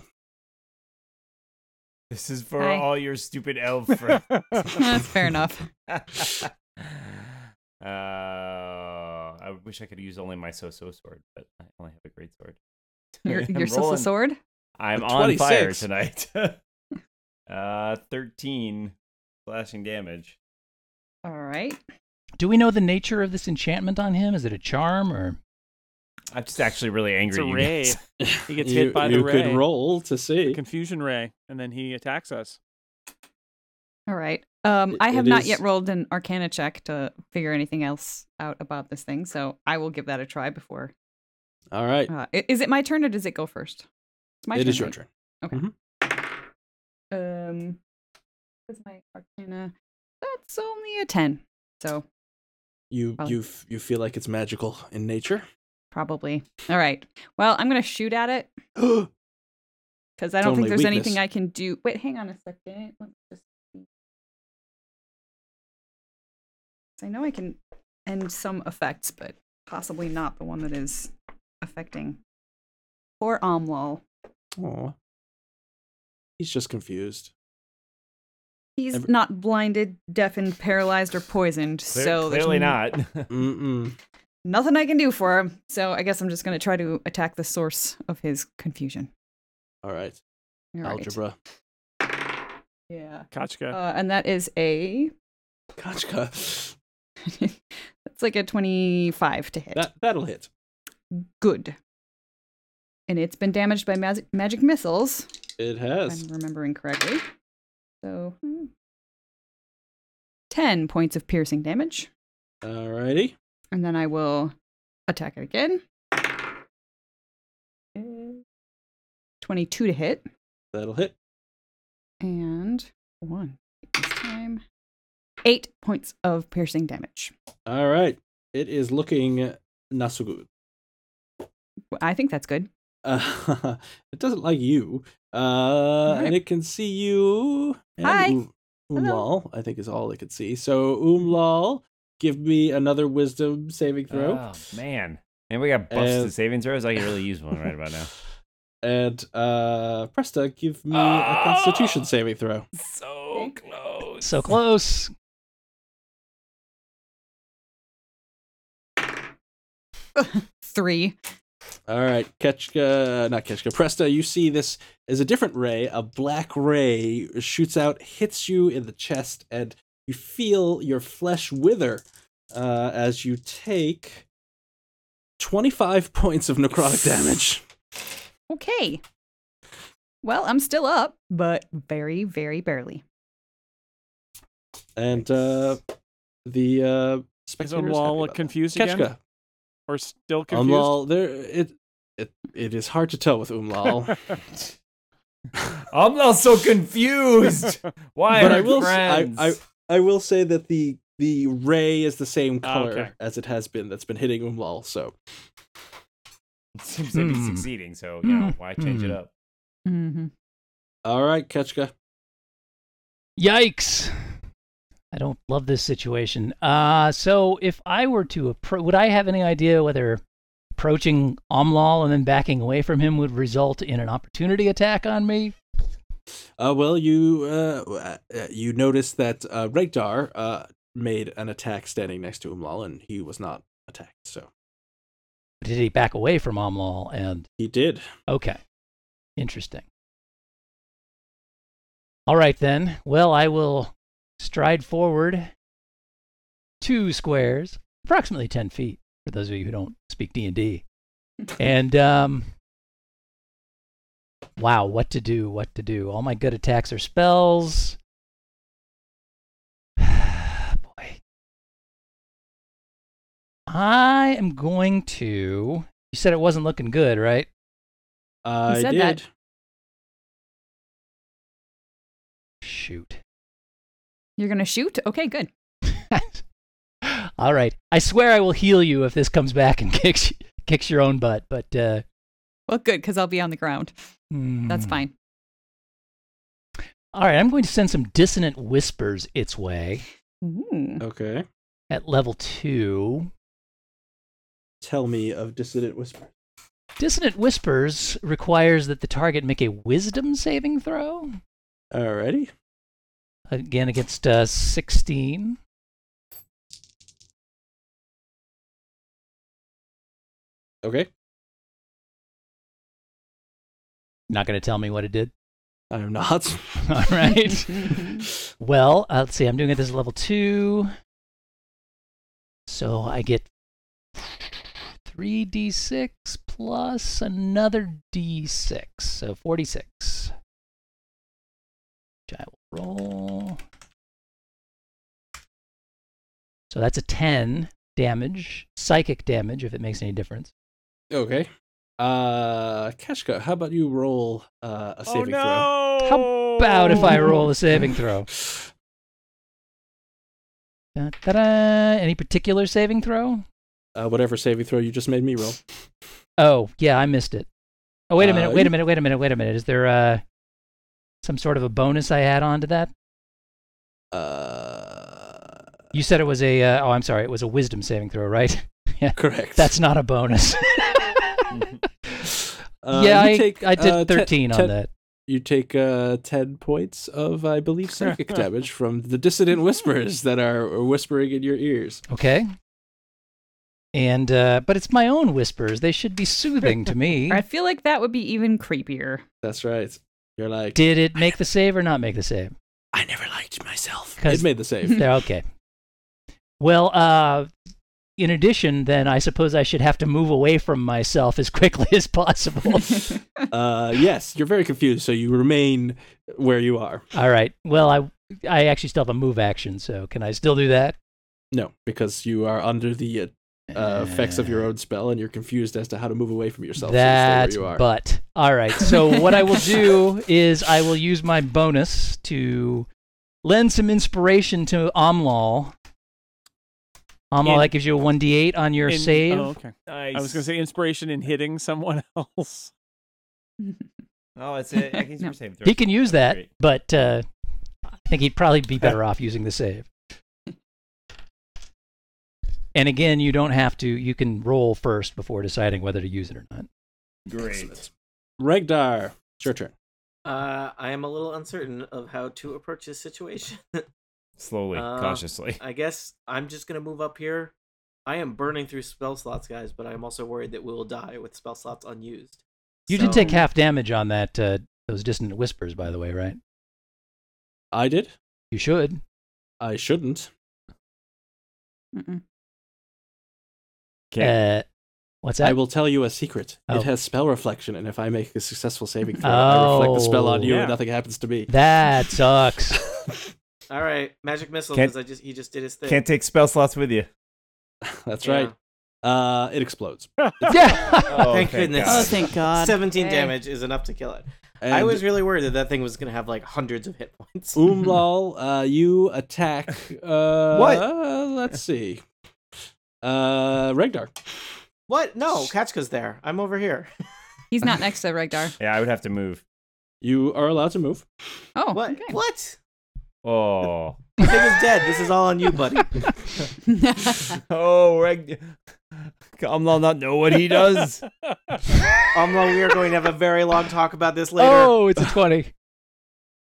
Speaker 5: This is for
Speaker 4: Hi.
Speaker 5: all your stupid elf friends.
Speaker 4: That's fair enough.
Speaker 5: uh, I wish I could use only my so-so sword, but I only have a great sword.
Speaker 4: Your,
Speaker 5: I'm
Speaker 4: your Sissa
Speaker 5: rolling.
Speaker 4: sword.
Speaker 5: I'm
Speaker 2: A
Speaker 5: on fire
Speaker 2: 26.
Speaker 5: tonight. uh, thirteen slashing damage.
Speaker 4: All right.
Speaker 3: Do we know the nature of this enchantment on him? Is it a charm or?
Speaker 5: I'm just actually really angry.
Speaker 1: It's a ray.
Speaker 5: you guys.
Speaker 1: He gets
Speaker 2: you,
Speaker 1: hit by the
Speaker 2: you
Speaker 1: ray.
Speaker 2: could roll to see.
Speaker 1: Confusion ray. And then he attacks us.
Speaker 4: All right. Um,
Speaker 2: It-
Speaker 4: I have
Speaker 2: it
Speaker 4: not
Speaker 2: is-
Speaker 4: yet rolled an Arcana check to figure anything else out about this thing, so I will give that a try before.
Speaker 2: All right,
Speaker 4: Uh, i- is it my turn or does it go first? It's my
Speaker 2: it
Speaker 4: turn.
Speaker 2: is your
Speaker 4: right?
Speaker 2: turn.
Speaker 4: Um, what's my Arcana? That's only a ten, so
Speaker 2: You
Speaker 4: Probably.
Speaker 2: you f- you feel like it's magical in nature.
Speaker 4: probably. All right. Well, I'm gonna shoot at it
Speaker 2: All
Speaker 4: because I
Speaker 2: It's
Speaker 4: don't think
Speaker 2: only
Speaker 4: there's
Speaker 2: weakness.
Speaker 4: anything I can do. Wait, hang on a second. Let's just. see. 'Cause I know I can end some effects, but possibly not the one that is affecting. Poor Omwal.
Speaker 2: he's just confused.
Speaker 4: He's
Speaker 2: Every-
Speaker 4: not blinded, deafened, paralyzed, or poisoned,
Speaker 5: Clear-
Speaker 4: so there's
Speaker 5: clearly
Speaker 4: n-
Speaker 5: not.
Speaker 2: Mm-mm.
Speaker 4: Nothing I can do for him. So I guess I'm just going to try to attack the source of his confusion.
Speaker 2: All right,
Speaker 4: All right.
Speaker 2: algebra.
Speaker 4: Yeah.
Speaker 1: Kachka.
Speaker 4: Uh, and that is a.
Speaker 2: Kachka.
Speaker 4: That's like a 25 to hit.
Speaker 2: That that'll hit.
Speaker 4: Good. And it's been damaged by mas- magic missiles,
Speaker 2: It
Speaker 4: if
Speaker 2: has.
Speaker 4: I'm remembering correctly. So. hmm. 10 points of piercing damage.
Speaker 2: All righty.
Speaker 4: And then I will attack it again. Uh, 22 to hit.
Speaker 2: That'll hit.
Speaker 4: And One. This time. Eight points of piercing damage.
Speaker 2: All right. It is looking not so good.
Speaker 4: I think that's good.
Speaker 2: Uh, it doesn't like you. Uh,
Speaker 4: right.
Speaker 2: And it can see you. And
Speaker 4: Hi.
Speaker 2: Um,
Speaker 4: Hello.
Speaker 2: Umlal, I think, is all it could see. So, Umlal, give me another wisdom saving throw.
Speaker 5: Oh man. And we got buffs
Speaker 2: Uh,
Speaker 5: to saving throws. I could really use one right about now.
Speaker 2: And uh, Presta, give me
Speaker 5: Ah!
Speaker 2: a constitution saving throw.
Speaker 4: Oh,
Speaker 5: So close.
Speaker 3: So close.
Speaker 4: Three.
Speaker 2: All right, Ketchka, not Ketchka, Presta, you see this is a different ray. A black ray shoots out, hits you in the chest, and you feel your flesh wither uh, as you take 25 points of necrotic damage.
Speaker 4: Okay. Well, I'm still up, but very, very barely.
Speaker 2: And uh, the uh,
Speaker 1: Is
Speaker 2: spectators. happy
Speaker 1: Umlal
Speaker 2: about that.
Speaker 1: confused again?
Speaker 2: Ketchka,
Speaker 1: Or still confused?
Speaker 2: Umlal, there, it, it, it is hard to tell with Umlal.
Speaker 5: I'm not so confused. Why
Speaker 2: But
Speaker 5: are
Speaker 2: I will s- I-
Speaker 5: friends?
Speaker 2: I will say that the the ray is the same
Speaker 1: Ah,
Speaker 2: color
Speaker 1: okay.
Speaker 2: as it has been that's been hitting Umlal. So
Speaker 5: It seems to be
Speaker 3: Hmm.
Speaker 5: succeeding, so you know,
Speaker 3: Hmm.
Speaker 5: why change it
Speaker 3: Hmm.
Speaker 5: up?
Speaker 4: Mm-hmm.
Speaker 2: all right, Ketchka.
Speaker 3: Yikes. I don't love this situation. Uh, so if I were to approach, would I have any idea whether approaching Omlal and then backing away from him would result in an opportunity attack on me?
Speaker 2: Uh, well, you uh, uh, you notice that uh, Regdar uh, made an attack standing next to Umlal, and he was not attacked. So
Speaker 3: Did he back away from Omlal? And
Speaker 2: he did.
Speaker 3: okay, interesting. All right then. Well, I will stride forward two squares, approximately ten feet, for those of you who don't speak D and D. And um, wow, what to do? What to do? All my good attacks are spells. Boy, I am going to. You said it wasn't looking good, right?
Speaker 2: I
Speaker 4: said
Speaker 2: did.
Speaker 4: that.
Speaker 3: Shoot.
Speaker 4: You're gonna shoot? Okay, good.
Speaker 3: All right. I swear I will heal you if this comes back and kicks kicks your own butt, but uh,
Speaker 4: Well, good, because I'll be on the ground. That's
Speaker 3: hmm.
Speaker 4: fine.
Speaker 3: All right, I'm going to send some dissonant whispers its way
Speaker 4: Ooh.
Speaker 2: Okay.
Speaker 3: at level two.
Speaker 2: Tell me of dissident whisper.
Speaker 3: Dissonant whispers requires that the target make a wisdom saving throw
Speaker 2: Alrighty.
Speaker 3: again against uh, 16.
Speaker 2: Okay.
Speaker 3: Not going to tell me what it did.
Speaker 2: I am not.
Speaker 3: All right. Well, uh, let's see. I'm doing it this level two, so I get three d6 plus another d6, so 46. Which I will roll. So that's a 10 damage, psychic damage, if it makes any difference.
Speaker 2: okay. Uh, Keshka, how about you roll uh, a
Speaker 1: Oh
Speaker 2: saving
Speaker 1: no!
Speaker 3: How About if I
Speaker 2: Oh.
Speaker 3: roll a saving throw.
Speaker 2: throw?
Speaker 3: Da, da, da. Any particular saving throw?
Speaker 2: uh, whatever saving throw you just made me roll.
Speaker 3: Oh, yeah, I missed it. Oh, wait a
Speaker 2: Uh,
Speaker 3: minute, wait
Speaker 2: you-
Speaker 3: a minute, wait a minute, wait a minute. Is there uh, some sort of a bonus I add on to that?
Speaker 2: Uh,
Speaker 3: You said it was a, uh, oh, I'm sorry, it was a wisdom saving throw, right?
Speaker 2: correct.
Speaker 3: That's not a bonus.
Speaker 2: Uh,
Speaker 3: yeah,
Speaker 2: you
Speaker 3: I,
Speaker 2: take,
Speaker 3: I did
Speaker 2: uh, te-
Speaker 3: 13 on
Speaker 2: ten-
Speaker 3: that.
Speaker 2: You take uh, ten points of, I believe, psychic damage from the dissident whispers that are whispering in your ears.
Speaker 3: Okay. And, uh, but it's my own whispers. They should be soothing to me.
Speaker 4: I feel like that would be even creepier.
Speaker 2: That's right. You're like,
Speaker 3: Did it make the save or not make the save?
Speaker 2: I never liked myself.
Speaker 3: 'Cause-
Speaker 2: It made the save.
Speaker 3: They're okay. Well, uh, in addition, then I suppose I should have to move away from myself as quickly as possible.
Speaker 2: uh, yes, you're very confused, so you remain where you are.
Speaker 3: All right. Well, I I actually still have a move action, so can I still do that?
Speaker 2: No, because you are under the uh, uh, effects of your own spell, and you're confused as to how to move away from yourself. so you stay
Speaker 3: That's
Speaker 2: where you are.
Speaker 3: but. All right. So what I will do is I will use my bonus to lend some inspiration to Omlal. Omlal,
Speaker 1: In-
Speaker 3: that gives you a 1d8 on your
Speaker 1: In-
Speaker 3: save.
Speaker 1: Oh, okay.
Speaker 5: Nice.
Speaker 1: I was going to say inspiration in hitting someone else.
Speaker 5: Oh, it's it. I can
Speaker 4: No.
Speaker 5: save throw.
Speaker 3: He can use that,
Speaker 5: Great.
Speaker 3: but uh, I think he'd probably be better off using the save. And again, you don't have to. You can roll first before deciding whether to use it or not.
Speaker 5: Great.
Speaker 2: Excellent. Regdar, it's your turn.
Speaker 7: Uh, I am a little uncertain of how to approach this situation.
Speaker 5: Slowly,
Speaker 7: Uh,
Speaker 5: cautiously.
Speaker 7: I guess I'm just gonna move up here. I am burning through spell slots, guys, but I'm also worried that we will die with spell slots unused.
Speaker 3: You
Speaker 7: So-
Speaker 3: did take half damage on that. Uh, those distant whispers, by the way, right?
Speaker 2: I did.
Speaker 3: You should.
Speaker 2: I shouldn't.
Speaker 6: Mm-mm.
Speaker 5: Okay.
Speaker 3: Uh, what's that?
Speaker 2: I will tell you a secret.
Speaker 3: Oh.
Speaker 2: It has spell reflection, and if I make a successful saving throw, I reflect the spell on you,
Speaker 1: Oh.
Speaker 2: and nothing happens to me.
Speaker 3: That sucks.
Speaker 7: All right, magic missile,
Speaker 5: Can't-
Speaker 7: because I just he just did his thing.
Speaker 5: Can't take spell slots with you.
Speaker 2: That's
Speaker 7: Yeah.
Speaker 2: right. Uh, it explodes.
Speaker 3: yeah.
Speaker 7: Thank goodness.
Speaker 5: God.
Speaker 6: Oh, thank God.
Speaker 7: 17
Speaker 4: Hey.
Speaker 7: damage is enough to kill it.
Speaker 2: And
Speaker 7: I was really worried that that thing was going to have like hundreds of hit points.
Speaker 2: Umlal, uh, you attack. Uh,
Speaker 5: What?
Speaker 2: Let's see. Uh, Regdar.
Speaker 7: What? No, Kachka's there. I'm over here.
Speaker 4: He's not next to Regdar.
Speaker 5: Yeah, I would have to move.
Speaker 2: You are allowed to move.
Speaker 4: Oh,
Speaker 7: What?
Speaker 4: okay.
Speaker 7: What?
Speaker 5: Oh.
Speaker 7: The thing is dead. This is all on you, buddy.
Speaker 5: oh, Reg. Kamlal not know what he does.
Speaker 7: Amlal, we are going to have a very long talk about this later.
Speaker 3: oh, it's a twenty.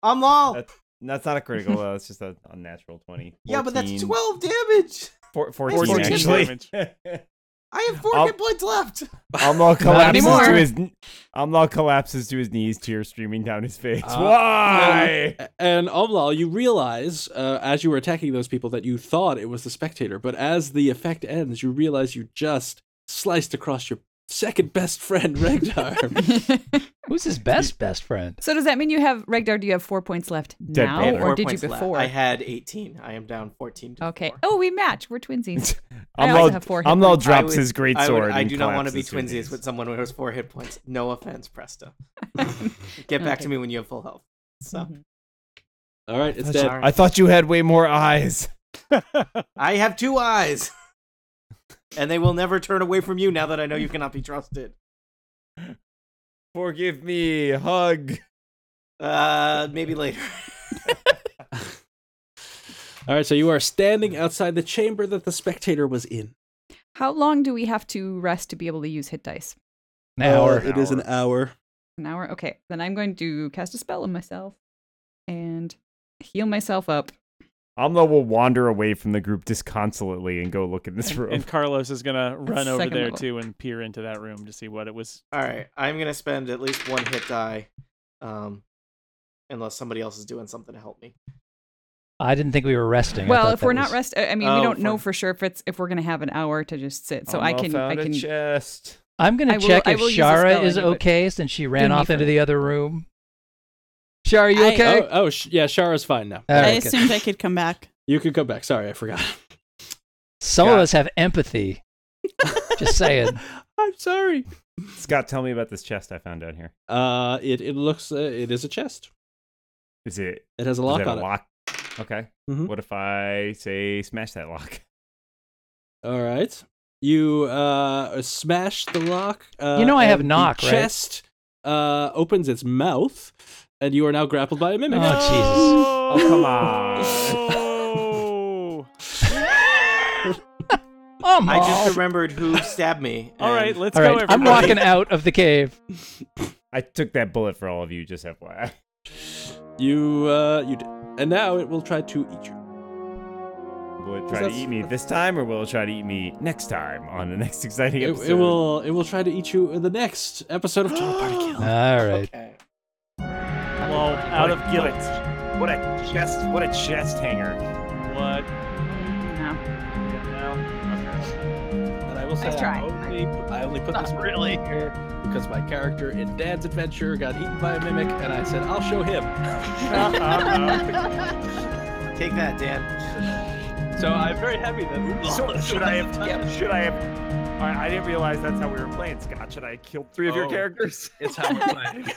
Speaker 7: Amlal!
Speaker 5: That's That's not a critical. though. That's just a unnatural twenty.
Speaker 7: Yeah, but that's
Speaker 5: 14
Speaker 7: 12 damage!
Speaker 5: Four, 14,
Speaker 1: 14
Speaker 5: actually.
Speaker 7: I have 4
Speaker 5: Am-
Speaker 7: hit points left!
Speaker 5: Amlal collapses
Speaker 4: anymore.
Speaker 5: to his. Amlal collapses to his knees, tears streaming down his face.
Speaker 7: Uh,
Speaker 5: Why?
Speaker 2: And, and Omlal, you realize uh, as you were attacking those people that you thought it was the spectator, but as the effect ends, you realize you just sliced across your second best friend, Regdar.
Speaker 3: Who's his best best friend?
Speaker 4: So does that mean you have Regdar? Do you have four points left
Speaker 5: Dead
Speaker 4: now,
Speaker 7: I have
Speaker 5: Or
Speaker 7: four
Speaker 4: Oh, did you
Speaker 7: points left.
Speaker 4: before?
Speaker 7: I had 18. I am down 14. To
Speaker 4: okay.
Speaker 7: four.
Speaker 4: Oh, we match. We're twinsies. I also have
Speaker 5: Amlal,
Speaker 4: four hit
Speaker 5: Amlal
Speaker 4: points.
Speaker 7: I
Speaker 5: drops
Speaker 7: would-
Speaker 5: his great
Speaker 7: I,
Speaker 5: sword.
Speaker 7: would, I
Speaker 5: and
Speaker 7: do not want to be
Speaker 5: collapses his
Speaker 7: twinsies
Speaker 5: knees.
Speaker 7: with someone who has 4 hit points. No offense, Presta. Get back to
Speaker 4: Okay. Mm-hmm.
Speaker 7: me when you have full health. So.
Speaker 2: All right, it's
Speaker 5: I
Speaker 2: dead.
Speaker 5: thought- I thought you had way more eyes.
Speaker 7: I have two eyes. and they will never turn away from you now that I know you cannot be trusted.
Speaker 5: Forgive me. Hug.
Speaker 7: Uh, maybe later.
Speaker 2: All right, so you are standing outside the chamber that the spectator was in.
Speaker 4: How long do we have to rest to be able to use hit dice?
Speaker 3: An hour.
Speaker 2: Uh, it is an hour.
Speaker 4: An hour? Okay. Then I'm going to cast a spell on myself and heal myself up.
Speaker 5: Amla will wander away from the group disconsolately and go look in this
Speaker 1: And,
Speaker 5: room.
Speaker 1: and Carlos is going to run over
Speaker 4: second
Speaker 1: there
Speaker 4: level.
Speaker 1: too and peer into that room to see what it was.
Speaker 7: All right, I'm gonna spend at least one hit die, um, unless somebody else is doing something to help me.
Speaker 3: I didn't think we were resting. I
Speaker 4: well,
Speaker 3: thought
Speaker 4: if we're
Speaker 3: that
Speaker 4: not
Speaker 3: was-
Speaker 4: rest, I I mean,
Speaker 7: Oh,
Speaker 4: we don't
Speaker 7: for-
Speaker 4: know for sure if it's if we're going to have an hour to just sit. So I
Speaker 5: Amla
Speaker 4: can I
Speaker 5: found a
Speaker 4: can
Speaker 5: chest.
Speaker 3: I'm
Speaker 4: I
Speaker 3: gonna
Speaker 4: will-
Speaker 3: check
Speaker 4: I
Speaker 3: if
Speaker 4: will use a spell
Speaker 3: Shara is
Speaker 4: on you, but
Speaker 3: okay since she ran
Speaker 4: didn't
Speaker 3: off
Speaker 4: need
Speaker 3: into
Speaker 4: for it.
Speaker 3: the other room. Shara, you
Speaker 6: I-
Speaker 3: okay?
Speaker 2: Oh, oh, sh- yeah, Shara's fine now.
Speaker 3: All
Speaker 6: I
Speaker 3: right, good.
Speaker 6: assumed I could come back.
Speaker 2: You can come back. Sorry, I forgot.
Speaker 3: Some of
Speaker 5: God.
Speaker 3: us have empathy. Just saying.
Speaker 2: I'm sorry.
Speaker 5: Scott, tell me about this chest I found down here.
Speaker 2: Uh, it it looks uh, it is a chest.
Speaker 5: Is it
Speaker 2: It has a
Speaker 5: does
Speaker 2: lock
Speaker 5: it
Speaker 2: on
Speaker 5: have a
Speaker 2: it.
Speaker 5: lock? Okay.
Speaker 2: Mhm.
Speaker 5: What if I say smash that lock?
Speaker 2: All right. You uh smash the lock. Uh,
Speaker 3: You know I have
Speaker 2: and
Speaker 3: knock,
Speaker 2: the
Speaker 3: right?
Speaker 2: Chest uh opens its mouth, and you are now grappled by a mimic.
Speaker 3: No.
Speaker 5: Oh, come on.
Speaker 1: Oh.
Speaker 3: Oh
Speaker 7: I just remembered who stabbed me.
Speaker 1: All right,
Speaker 7: and-
Speaker 1: let's
Speaker 3: All
Speaker 1: go.
Speaker 3: right, I'm
Speaker 1: everybody.
Speaker 3: walking out of the cave.
Speaker 5: I took that bullet for all of you, just FYI.
Speaker 2: You uh you d- and now it will try to eat you.
Speaker 5: Will it
Speaker 2: Is
Speaker 5: try to
Speaker 2: that-
Speaker 5: eat me this time, or will it try to eat me next time on the next exciting
Speaker 2: It,
Speaker 5: episode?
Speaker 2: it will it will try to eat you in the next episode of Total Party Kill.
Speaker 3: All right.
Speaker 7: Okay.
Speaker 1: Well, out of guilt.
Speaker 5: What a chest! What a chest hanger!
Speaker 1: What?
Speaker 4: No.
Speaker 2: And I will say
Speaker 4: Nice
Speaker 2: I
Speaker 4: try.
Speaker 2: only, I only put this really here because my character in Dad's Adventure got eaten by a mimic, and I said I'll show him.
Speaker 7: Take that, Dan.
Speaker 2: So I'm very happy that.
Speaker 5: should I have? Should I have? I, I didn't realize that's how we were playing, Scott. Should I have killed three of your
Speaker 2: Oh.
Speaker 5: characters?
Speaker 2: It's how we're playing.